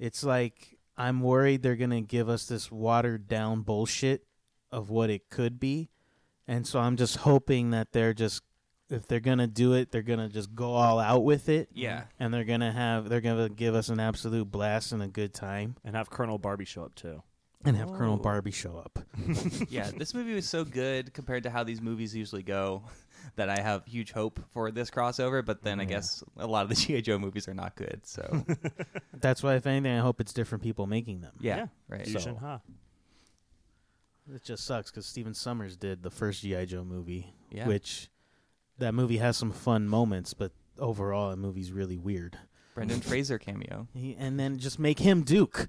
C: it's like I'm worried they're gonna give us this watered down bullshit of what it could be, and so I'm just hoping that they're just if they're gonna do it, they're gonna just go all out with it.
A: Yeah.
C: and they're gonna have they're gonna give us an absolute blast and a good time,
B: And have Colonel Barbie show up too.
C: and have Colonel
A: Oh.
C: Barbie show up.
A: yeah, this movie was so good compared to how these movies usually go that I have huge hope for this crossover. But then I
C: Yeah.
B: Mm-hmm.
A: guess a lot of the GI Joe movies are not good. So
C: That's why, if anything, I hope it's different people making them.
A: yeah,
B: Yeah.
A: right.
B: Fusion,
C: So-
B: huh?
C: It just sucks because Steven Summers did the first GI Joe movie,
A: Yeah.
C: which that movie has some fun moments, but overall, the movie's really weird.
A: Brendan Fraser cameo.
C: He, and then just make him Duke.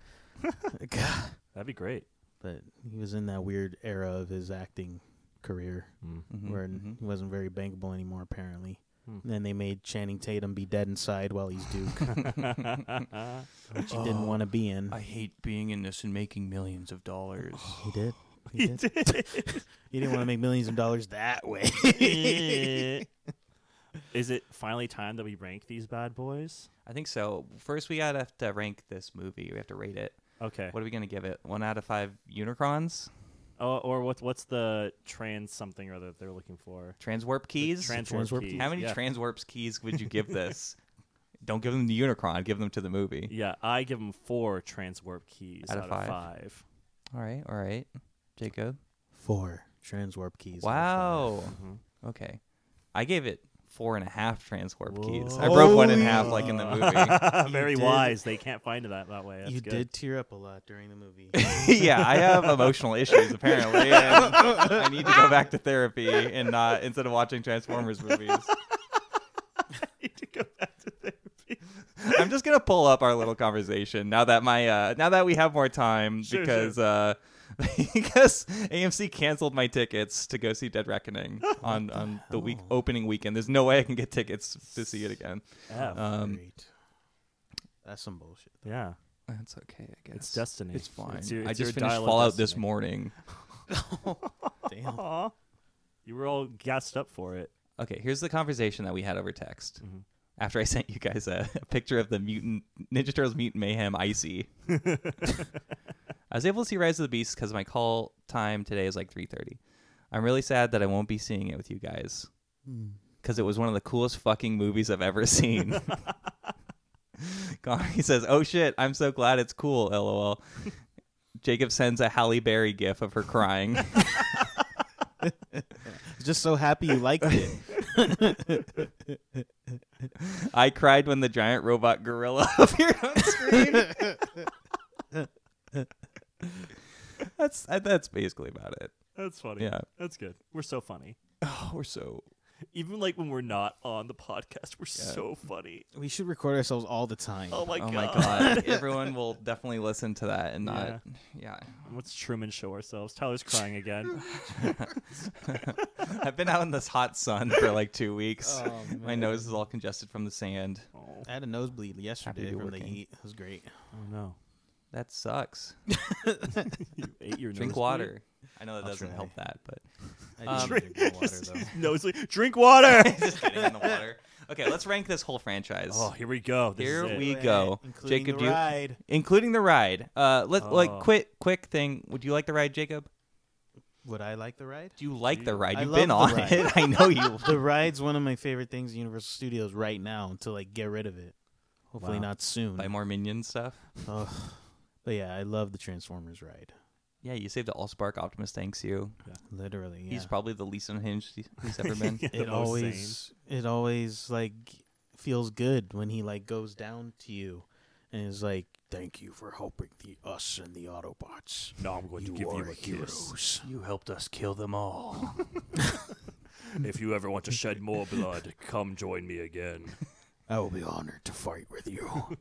C: God.
B: That'd be great.
C: But he was in that weird era of his acting career
A: Mhm,
C: where
A: mhm.
C: he wasn't very bankable anymore, apparently.
B: Hmm.
C: And then they made Channing Tatum be dead inside while he's Duke, which he didn't want to be in.
A: I hate being in this and making millions of dollars.
C: he did. He, did. He didn't want to make millions of dollars that way.
B: Is it finally time that we rank these bad boys?
A: I think so. First, we gotta have to rank this movie. We have to rate it.
B: Okay.
A: What are we gonna give it? One out of five Unicrons,
B: Oh, or what? What's the trans something or other that they're looking for?
A: transwarp keys.
B: Transwarp,
C: Transwarp
B: keys.
C: keys.
A: How many
B: yeah.
A: transwarp keys would you give this? Don't give them the Unicron. Give them to the movie.
B: yeah, I give them four transwarp keys
A: Out
B: out,
A: of
B: of
A: five.
B: five.
A: All right, all right, Jacob.
C: Four transwarp keys.
A: Wow.
B: Mhm.
A: Okay, I gave it four and a half transwarp keys. I broke one in half, like in the movie.
B: Very
C: did-
B: wise. They can't find it that, that way. That's
C: you
B: good.
C: did tear up a lot during the movie.
A: yeah, I have emotional issues apparently, and I need to go back to therapy and not instead of watching Transformers movies.
B: need to go back to therapy.
A: I'm just gonna pull up our little conversation now that my uh, now that we have more time
B: Sure,
A: because uh, because AMC canceled my tickets to go see Dead Reckoning on on the week
C: hell?
A: opening weekend. There's no way I can get tickets to see it again.
B: F.
A: Um,
C: Great. That's some bullshit.
B: yeah,
A: That's okay, I guess.
B: it's destiny.
A: It's fine.
B: your-
A: I
B: it's your
A: just finished
B: dial of
A: Fallout this
B: destiny.
A: morning.
C: Damn.
B: Aw. You were all gassed up for it.
A: Okay, here's the conversation that we had over text.
B: Mm-hmm.
A: After I sent you guys a, a picture of the mutant Ninja Turtles Mutant Mayhem Icy, I was able to see Rise of the Beast because my call time today is like 3:30. I'm really sad that I won't be seeing it with you
B: Hmm.
A: guys because it was one of the coolest fucking movies I've ever seen. Connie says, "Oh shit, I'm so glad it's cool." LOL. Jacob sends a Halle Berry gif of her crying.
C: Just so happy you liked it.
A: I cried when the giant robot gorilla appeared on screen. that's uh, that's basically about it.
B: That's funny.
A: Yeah.
B: That's good. We're so funny.
A: Oh, we're so
B: Even like when we're not on the podcast, we're so funny.
C: we should record ourselves all the time.
B: Oh my
A: oh
B: god.
A: my god. Everyone will definitely listen to that and not yeah.
B: Let's Truman show ourselves. Tyler's crying again.
A: I've been out in this hot sun for like two weeks.
C: Oh,
A: My
C: man.
A: nose is all congested from the sand.
B: oh.
C: I had a nosebleed yesterday
A: be
C: from the
A: working.
C: heat. It was great.
B: oh no.
A: That sucks.
B: You ate your
A: Drink
B: nosebleed?
A: water. I know that
C: I'll
A: doesn't
C: try.
A: help that, but
C: I
A: Um,
C: didn't drink the water though.
B: Nosebleed. Drink water.
A: just getting in the water. Okay, let's rank this whole franchise.
B: oh, here we go. This
A: Here
B: is it.
A: we go.
C: Including
A: Jacob,
C: the
A: do you-
C: ride.
A: including the ride. Uh, let
B: Oh.
A: like quick quick thing. Would you like the ride, Jacob?
C: Would I like the ride?
A: Do you like the ride?
C: I
A: You've
C: love
A: been
C: the
A: on
C: ride.
A: it. I know you.
C: The ride's one of my favorite things at Universal Studios right now until like get rid of it. Hopefully
B: Wow.
C: not soon.
A: Buy more minion stuff.
C: Ugh. But yeah, I love the Transformers ride.
A: Yeah, you saved the Allspark. Optimus thanks you.
C: Literally, yeah.
A: He's probably the least unhinged he- he's ever been.
B: Yeah, the most
C: it
B: sane.
C: always it always like feels good when he like goes down to you and is like, "Thank you for helping the us and the Autobots.
B: Now I'm going to
C: You
B: give
C: are
B: you a kiss.
C: heroes."
A: You helped us kill them all.
B: If you ever want to shed more blood, come join me again.
C: I will be honored to fight with you."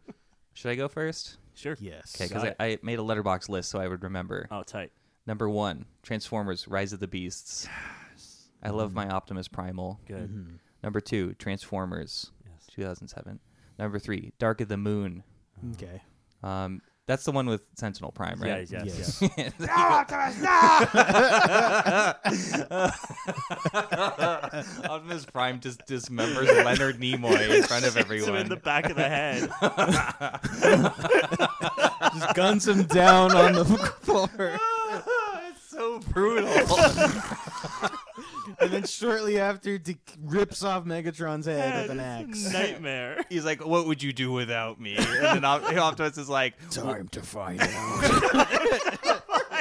A: Should I go first?
B: Sure.
C: yes.
A: Okay, because I, I made a letterbox list so I would remember.
B: Oh, tight.
A: Number one, Transformers: Rise of the Beasts. I love my Optimus Primal.
B: Good.
A: Number two, Transformers,
B: Yes.
A: 2007. Number three, Dark of the Moon.
C: Mm, Okay.
A: Um, that's the one with Sentinel Prime,
B: Yeah,
A: right?
B: yes, yes.
C: Yes.
A: Optimus Prime just dismembers Leonard Nimoy in front of
B: Hits him
A: everyone.
B: in the back of the head.
C: Just guns him down on the floor.
A: it's so brutal.
C: And then shortly after, Dick rips off Megatron's head with an
B: It's a
C: axe.
B: nightmare.
A: He's like, "What would you do without me?" And then Op- Optimus is like,
C: Time to find out.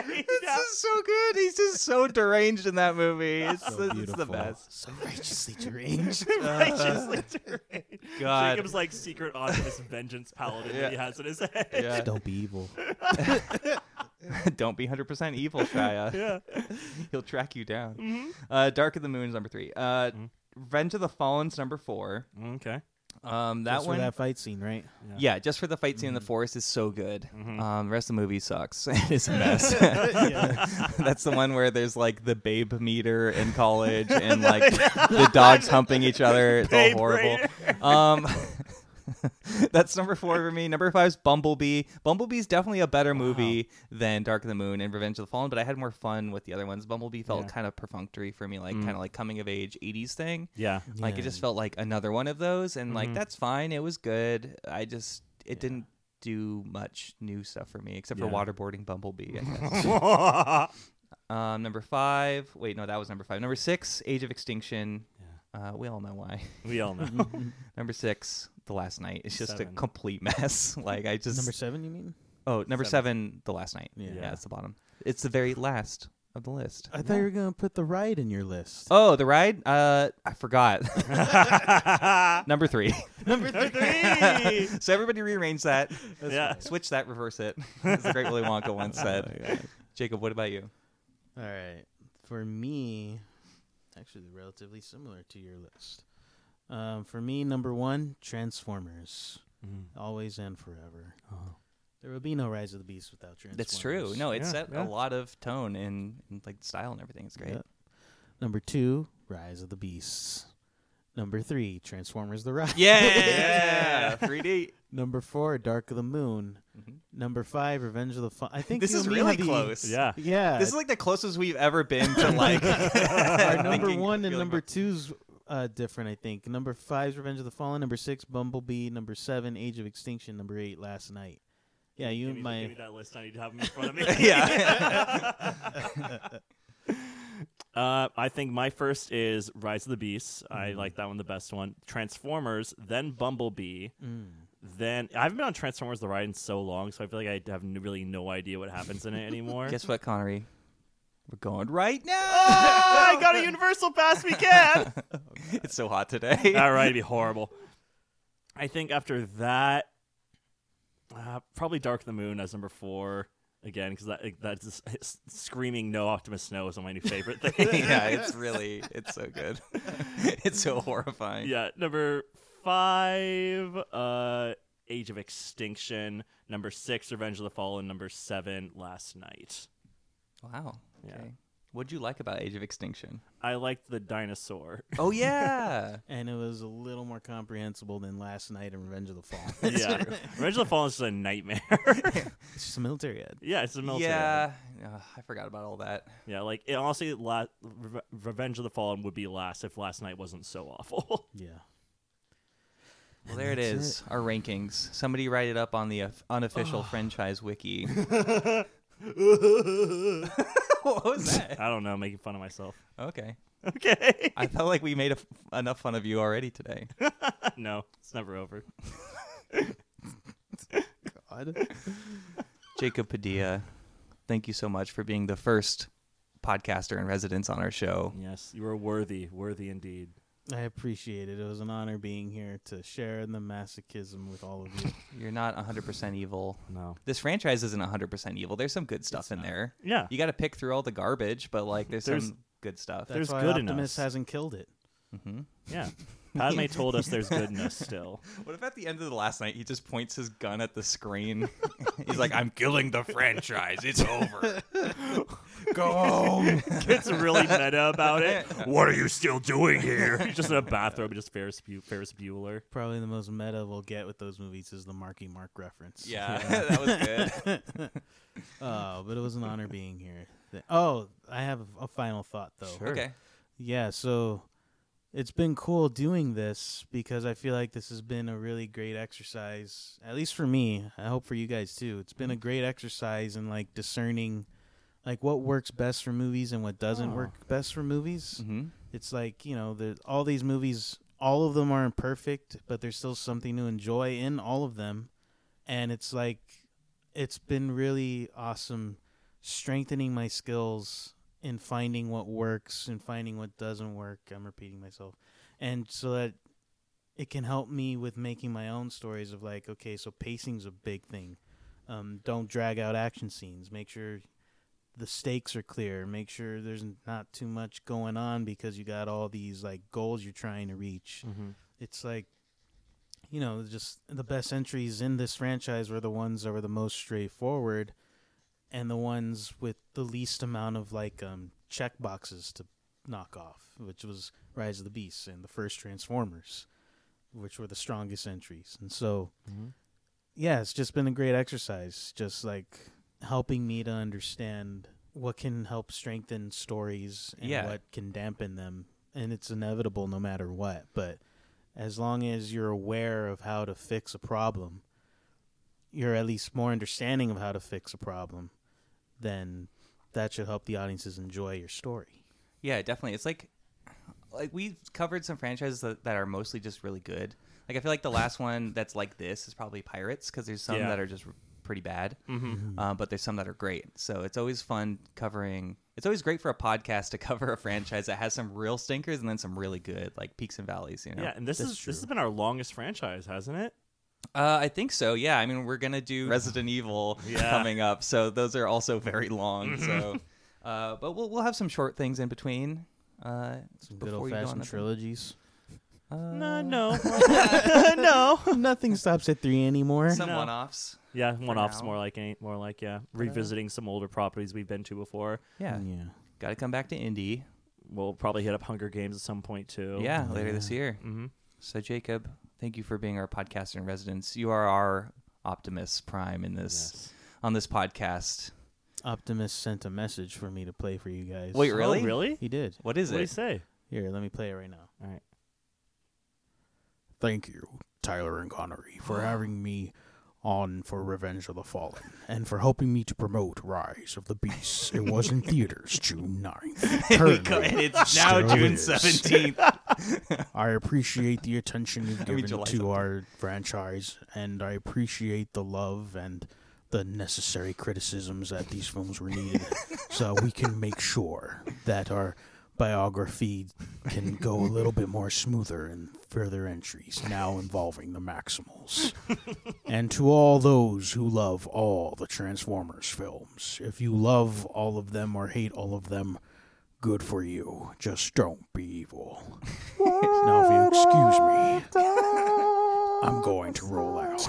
A: "This is so good." He's just so deranged in that movie. It's, it's the
C: beautiful.
A: best.
C: So righteously deranged.
B: Righteously deranged.
A: uh, God.
B: Jacob's like secret Optimus vengeance paladin that he
A: Yeah.
B: has in his head.
A: Yeah.
C: Don't be evil.
A: Don't be 100% evil, Shia. He'll track you down.
B: Mm-hmm.
A: Uh, Dark of the Moon is number three. Uh, Revenge of the Fallen's number four.
B: Okay.
A: Um, that
C: That's
A: one,
C: for that fight scene, right?
A: yeah. just for the fight scene in the forest is so good. Um, the rest of the movie sucks. it is a mess. That's the one where there's like the babe meter in college and like the dogs humping each other. It's all
B: Babe
A: horrible. Um, that's number four for me. Number five is Bumblebee. Bumblebee's definitely a better movie than Dark of the Moon and Revenge of the Fallen, but I had more fun with the other ones. Bumblebee felt kind of perfunctory for me, like kind of like coming of age '80s thing.
B: Yeah.
A: Like it
C: Yeah. Mm-hmm.
A: just felt like another one of those, and like that's fine. It was good. I just it didn't do much new stuff for me except
B: Yeah.
A: for waterboarding Bumblebee. I guess.
B: That's
A: um, number five. Wait, no, that was number five. Number six, Age of Extinction. Uh, we all know why.
B: we all know.
A: number six, The Last Night. It's just
B: Seven.
A: a complete mess. like I just
C: Number seven, you mean?
A: oh number seven, The Last Night.
C: Yeah.
A: Yeah.
B: Yeah.
A: it's the bottom. It's the very last of the list.
C: I thought you were gonna put the ride in your list.
A: Oh, the ride. Uh, I forgot.
B: Mm.
A: number three.
C: Number
B: Three.
A: so everybody rearrange that.
B: yeah.
A: Switch that, reverse it. As the great Willy Wonka once
C: Oh,
A: said. Jacob, what about you?
C: All right. For me, actually, relatively similar to your list. Um, for me, number one, Transformers, always and forever. There would be no Rise of the Beast without Transformers.
A: That's true. No, it
B: Yeah,
A: set
B: yeah.
A: a lot of tone and, and like style and everything. It's great.
C: Yep. Number two, Rise of the Beasts. Number three, Transformers: The Ride.
A: Yeah, 3D.
C: Number four, Dark of the Moon. Number five, Revenge of the Fallen. I think
A: Mm-hmm. This
C: you
A: is
C: and me
A: really
C: had the-
A: close.
B: Yeah.
C: Yeah,
A: This is like the closest we've ever been to like
C: our number
A: thinking-
C: one and
A: feeling
C: number
A: about-
C: two's uh, different, I think. Number five's Revenge of the Fallen. Number six, Bumblebee. Number seven, Age of Extinction. Number eight, Last Night. Yeah, you
B: Give
C: and
B: me,
C: my
B: give me that list. I need to have them in front of me.
A: Yeah.
B: Uh, I think my first is
A: Mm-hmm. Mm.
B: Rise of the Beasts. I like that one the best one. Transformers, then Bumblebee, then I haven't been on Transformers: The Ride in so long, so I feel like I have n- really no idea what happens in it anymore.
A: Guess what, Connery? We're going right now.
B: I got a Universal pass. We can.
A: it's so hot today.
B: All right, it'd be horrible. I think after that, uh, probably Dark of the Moon as number four again because that that's just, it's screaming no Optimus Snow is one of my new favorite things.
A: yeah, it's really it's so good. it's so horrifying.
B: yeah, number five, uh, Age of Extinction. Number six, Revenge of the Fallen. Number seven, Last Night.
A: Wow.
B: Yeah.
A: Okay. What'd you like about Age of Extinction?
B: I liked the dinosaur.
A: Oh yeah.
C: and it was a little more comprehensible than last night in Revenge of the Fall.
B: yeah, Revenge of the Fallen is just a nightmare.
C: it's just a military ad.
B: yeah, it's a military.
A: Yeah. Ugh, I forgot about all that.
B: yeah. Like it, honestly, la- Re- Revenge of the Fallen would be last if Last Night wasn't so awful.
C: Yeah.
A: Well, there it
C: that's
A: is. Our rankings. Somebody write it up on the of- unofficial franchise wiki. what was that?
B: I don't know, making fun of myself.
A: Okay.
B: Okay,
A: I felt like we made a f- enough fun of you already today.
B: no, it's never over.
C: God.
A: Jacob Padilla, thank you so much for being the first podcaster in residence on our show.
B: Yes, you are worthy, worthy indeed.
C: I appreciate it. It was an honor being here to share in the masochism with all of you.
A: You're not 100% evil.
B: No.
A: This franchise isn't 100% evil. There's some good stuff in there.
B: Yeah.
A: You got to pick through all the garbage, but like there's,
B: There's-
A: some good stuff.
C: That's
B: There's
C: why
B: good in
C: Optimus
B: us.
C: hasn't killed it.
A: hmm
B: Yeah. Padme told us there's goodness still.
A: What if at the end of the last night he just points his gun at the screen? He's like, "I'm killing the franchise. It's over. Go home."
B: It's really meta about it. What are you still doing here? He's just in a bathrobe, just Ferris, Bu- Ferris Bueller.
C: Probably the most meta we'll get with those movies is the Marky Mark reference.
A: Yeah, that was good.
C: Oh, but it was an honor being here. Th- Oh, I have a final thought though.
A: Okay.
C: Yeah, so it's been cool doing this because I feel like this has been a really great exercise, at least for me. I hope for you guys too. It's
A: Mm-hmm.
C: been a great exercise in like discerning like what works best for movies and what doesn't
B: Oh.
C: work best for movies.
A: Mm-hmm.
C: It's like, you know, there's all these movies, all of them aren't perfect, but there's still something to enjoy in all of them. And it's like, it's been really awesome strengthening my skills in finding what works and finding what doesn't work. I'm repeating myself. And so that it can help me with making my own stories of like, okay, so pacing's a big thing. Um, don't drag out action scenes. Make sure the stakes are clear. Make sure there's not too much going on because you got all these like goals you're trying to reach.
A: Mm-hmm.
C: It's like, you know, just the best entries in this franchise were the ones that were the most straightforward, and the ones with the least amount of like um check boxes to knock off, which was Rise of the Beasts and the first Transformers, which were the strongest entries. And so,
B: Mhm.
C: yeah, it's just been a great exercise. Just like helping me to understand what can help strengthen stories and
A: Yeah.
C: what can dampen them and it's inevitable no matter what but as long as you're aware of how to fix a problem you're at least more understanding of how to fix a problem then that should help the audiences enjoy your story
A: Yeah, definitely. It's like like we've covered some franchises that, that are mostly just really good. Like I feel like the last one that's like this is probably Pirates because there's some
B: Yeah.
A: that are just r- pretty bad,
B: Mhm.
C: Mm-hmm.
A: uh, but there's some that are great. So it's always fun covering. It's always great for a podcast to cover a franchise that has some real stinkers and then some really good like peaks and valleys. You know.
B: Yeah, and this
C: That's
B: is
C: true.
B: this has been our longest franchise, hasn't it?
A: Uh, I think so. Yeah. I mean, we're gonna do Resident Evil
B: Yeah. Mm-hmm.
A: coming up, so those are also very long. So, uh, but we'll we'll have some short things in between. Uh,
C: some good
A: before you go on
C: old-fashioned
A: the-
C: trilogies
A: Uh,
B: No, no, no.
C: nothing stops at three anymore
A: Some
B: No.
A: one-offs.
B: Yeah, one off's
A: now.
B: more like ain't more like yeah, revisiting some older properties we've been to before.
A: Yeah.
C: yeah
A: Got to come back to Indy.
B: We'll probably hit up Hunger Games at some point too.
A: yeah, later this
C: yeah.
A: year.
B: hmm
A: So Jacob, thank you for being our podcaster in residence. You are our Optimus Prime in this
B: Yes.
A: on this podcast.
C: optimus sent a message for me to play for you guys
A: Wait,
B: Oh,
A: really?
B: really?
C: he did
A: What is
B: What do you
A: it?
B: say?
C: Here, let me play it right now.
B: All right.
C: Thank you, Tyler and Connery, for having me on for Revenge of the Fallen and for helping me to promote Rise of the Beast. It was in theaters June 9th.
A: Here we go.
C: Currently,
A: And it's now
C: Still
A: June
C: is.
A: seventeenth.
C: I appreciate the attention you've
A: mean,
C: given
A: July
C: to our franchise, and I appreciate the love and the necessary criticisms that these films were needed so we can make sure that our biography can go a little bit more smoother in further entries now involving the maximals and to all those who love all the transformers films if you love all of them or hate all of them good for you just don't be evil now if you excuse me i'm going to roll out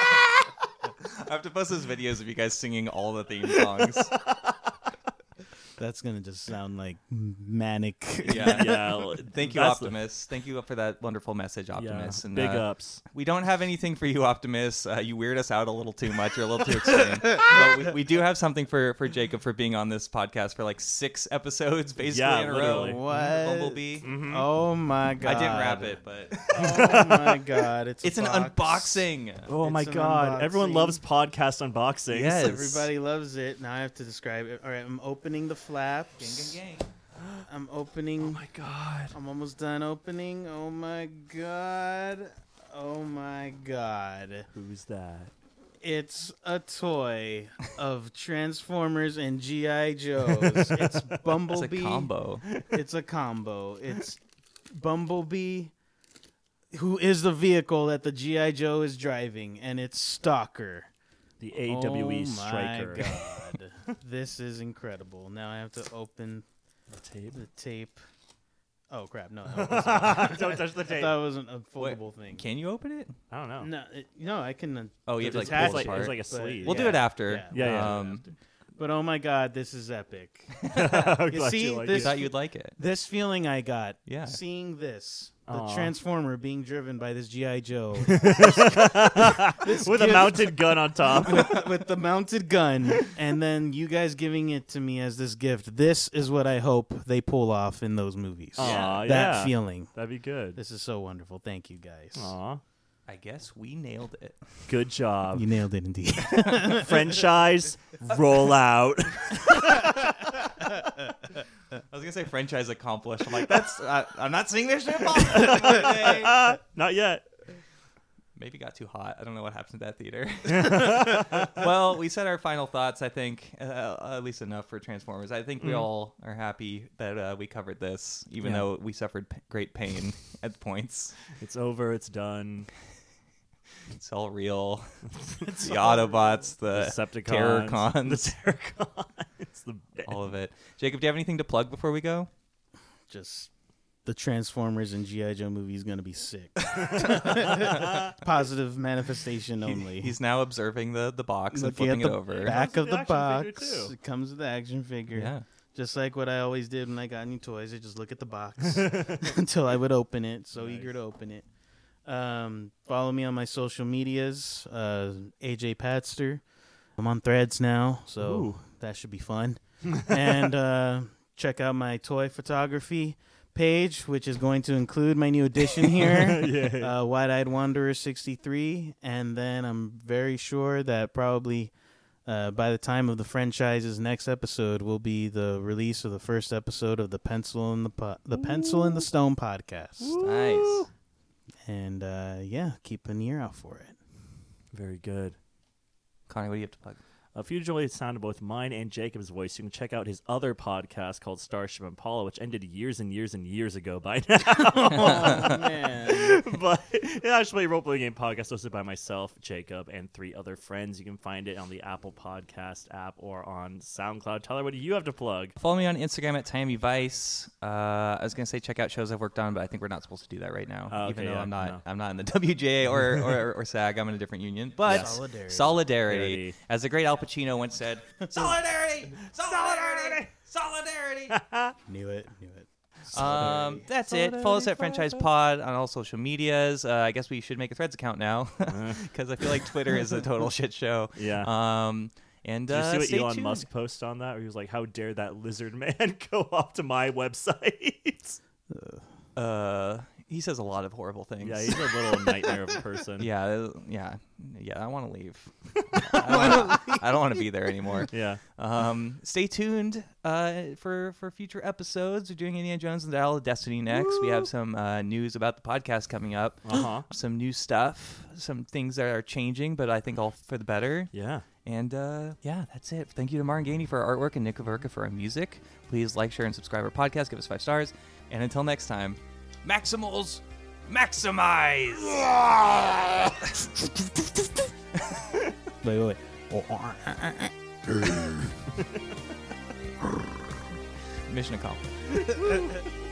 A: I have to post those videos of you guys singing all the theme songs.
C: That's gonna just sound like manic.
A: Yeah.
B: yeah. l-
A: Thank you,
B: that's the-
A: Optimus. Thank you for that wonderful message,
B: yeah,
A: Optimus. And,
B: big
A: uh,
B: ups.
A: We don't have anything for you, Optimus. Uh, you weird us out a little too much. You're a little too extreme. but we, we do have something for, for Jacob for being on this podcast for like six episodes, basically
B: Yeah,
A: in a
B: literally.
A: row.
C: What?
A: Bumblebee.
C: Oh my
A: Mm-hmm.
C: god!
A: I didn't wrap it, but
C: Oh my god! It's a
A: it's an
C: box.
A: unboxing.
B: Oh
C: It's
B: my
C: an
B: god! Everyone
C: unboxing.
B: loves podcast unboxings.
A: Yes.
C: Everybody loves it. Now I have to describe it. All right, I'm opening the flaps.
A: Gang, Oh gang,
C: I'm opening.
B: Oh my god.
C: I'm almost done opening. Oh my god! Oh my god!
B: Who's that?
C: It's a toy of Transformers and GI Joes. It's
A: gang.
C: Bumblebee.
A: It's a combo.
C: it's a combo. It's Bumblebee, who is the vehicle that the GI Joe is driving, and it's Stalker.
B: The AWE
A: E
C: oh
B: striker.
C: My God, this is incredible. Now I have to open
B: The tape.
C: the tape. Oh crap! No, that was-
B: Don't touch the
C: I
B: tape.
C: thought it was an unfoldable thing.
A: Can you open it?
B: I don't know.
C: no, it, no, I can. uh,
A: Oh, you have to like
C: detach
A: pull it
B: It's like-
A: apart.
B: it's like a
C: but-
B: sleeve.
A: we'll do it after.
C: Yeah,
B: yeah, yeah.
A: Um,
C: But oh my God, this is epic.
B: I'm
C: You
B: glad
C: see,
B: like
A: I
C: this-
B: it.
A: thought you'd like it.
C: this feeling I got
A: Yeah.
C: seeing this the
B: Aw.
C: transformer being driven by this GI Joe
B: with a
C: gift-
B: mounted gun on top.
C: with the mounted gun and then you guys giving it to me as this gift. This is what I hope they pull off in those movies.
B: Aw,
C: that
B: yeah.
C: feeling.
B: That'd be good.
C: This is so wonderful. Thank you guys.
B: Aw,
A: I guess we nailed it.
B: good job.
C: You nailed it indeed.
B: Franchise roll out.
A: I was gonna say franchise accomplished. I'm like, that's. Uh, I'm not seeing this shit. possible.
B: Not yet.
A: Maybe got too hot. I don't know what happened to that theater. well, we said our final thoughts. I think uh, at least enough for Transformers. I think we all are happy that uh, we covered this, even
C: Yeah.
A: though we suffered p- great pain at points.
B: It's over. It's done.
A: It's all real. the Autobots, the
B: Decepticons,
A: Terrorcons,
B: The Terracons. It's the best.
A: all of it. Jacob, do you have anything to plug before we go?
C: Just the Transformers and GI Joe movie is going to be sick. Positive manifestation
A: He-
C: only.
A: he's now observing the the box and
C: Looking
A: flipping
C: at the
A: it over.
C: back
B: Comes
C: of
B: with
C: the
B: the action figure,
C: box.
B: too.
C: It comes with the action figure.
A: Yeah.
C: Just like what I always did when I got new toys, I just look at the box until I would open it. So eager to open it. Um, follow me on my social medias, uh, AJ Patster. I'm on Threads now, so that should be fun. and uh, check out my toy photography page, which is going to include my new addition here, uh, Wide Eyed Wanderer 63. And then I'm very sure that probably uh, by the time of the franchise's next episode will be the release of the first episode of the Pencil and the po- the Pencil and the Stone podcast.
A: Nice.
C: And uh, yeah, keep an ear out for it.
B: Very good.
A: Connie, what do you have to plug?
B: If you enjoy the sound of both mine and Jacob's voice, you can check out his other podcast called Starship Impala, which ended years and years and years ago by now.
C: oh man.
B: but it's actually a role playing game podcast hosted by myself, Jacob, and three other friends. You can find it on the Apple Podcast app or on SoundCloud. Tyler, what do you have to plug?
A: Follow me on Instagram at Tammy Vice. Uh, I was gonna say check out shows I've worked on, but I think we're not supposed to do that right now.
B: Oh,
A: even
B: okay,
A: though
B: yeah,
A: I'm not,
B: no.
A: I'm not in the WJA or or, or SAG. I'm in a different union. But
C: Yes. Solidarity.
A: solidarity,
B: Solidarity.
A: as the great Al Pacino once said, solidarity, solidarity, solidarity.
C: Knew it. Knew it.
A: Um, that's it. Follow us at Franchise Pod on all social medias. Uh, I guess we should make a Threads account now because I feel like Twitter is a total shit show.
B: Uh-huh. Yeah.
A: Um, and
B: Did you
A: uh,
B: see what
A: stay
B: Elon
A: tuned.
B: Musk posted on that? Where he was like, "How dare that lizard man go off to my website?"
A: uh, he says a lot of horrible things.
B: Yeah, he's a little nightmare of a person.
A: yeah, uh, yeah, yeah. I want to leave. I don't want to be there anymore.
B: Yeah.
A: Um, stay tuned uh, for for future episodes. We're doing Indiana Jones and the Dial of Destiny next. We have some uh, news about the podcast coming up.
B: Uh huh.
A: Some new stuff, some things that are changing, but I think all for the better.
B: Yeah.
A: And uh, yeah, that's it. Thank you to Martin Gainey for our artwork and Nick Kaverka for our music. Please like, share, and subscribe our podcast. Give us five stars. And until next time, Maximals, maximize.
C: Wait, wait, wait. Oh,
A: Mission accomplished.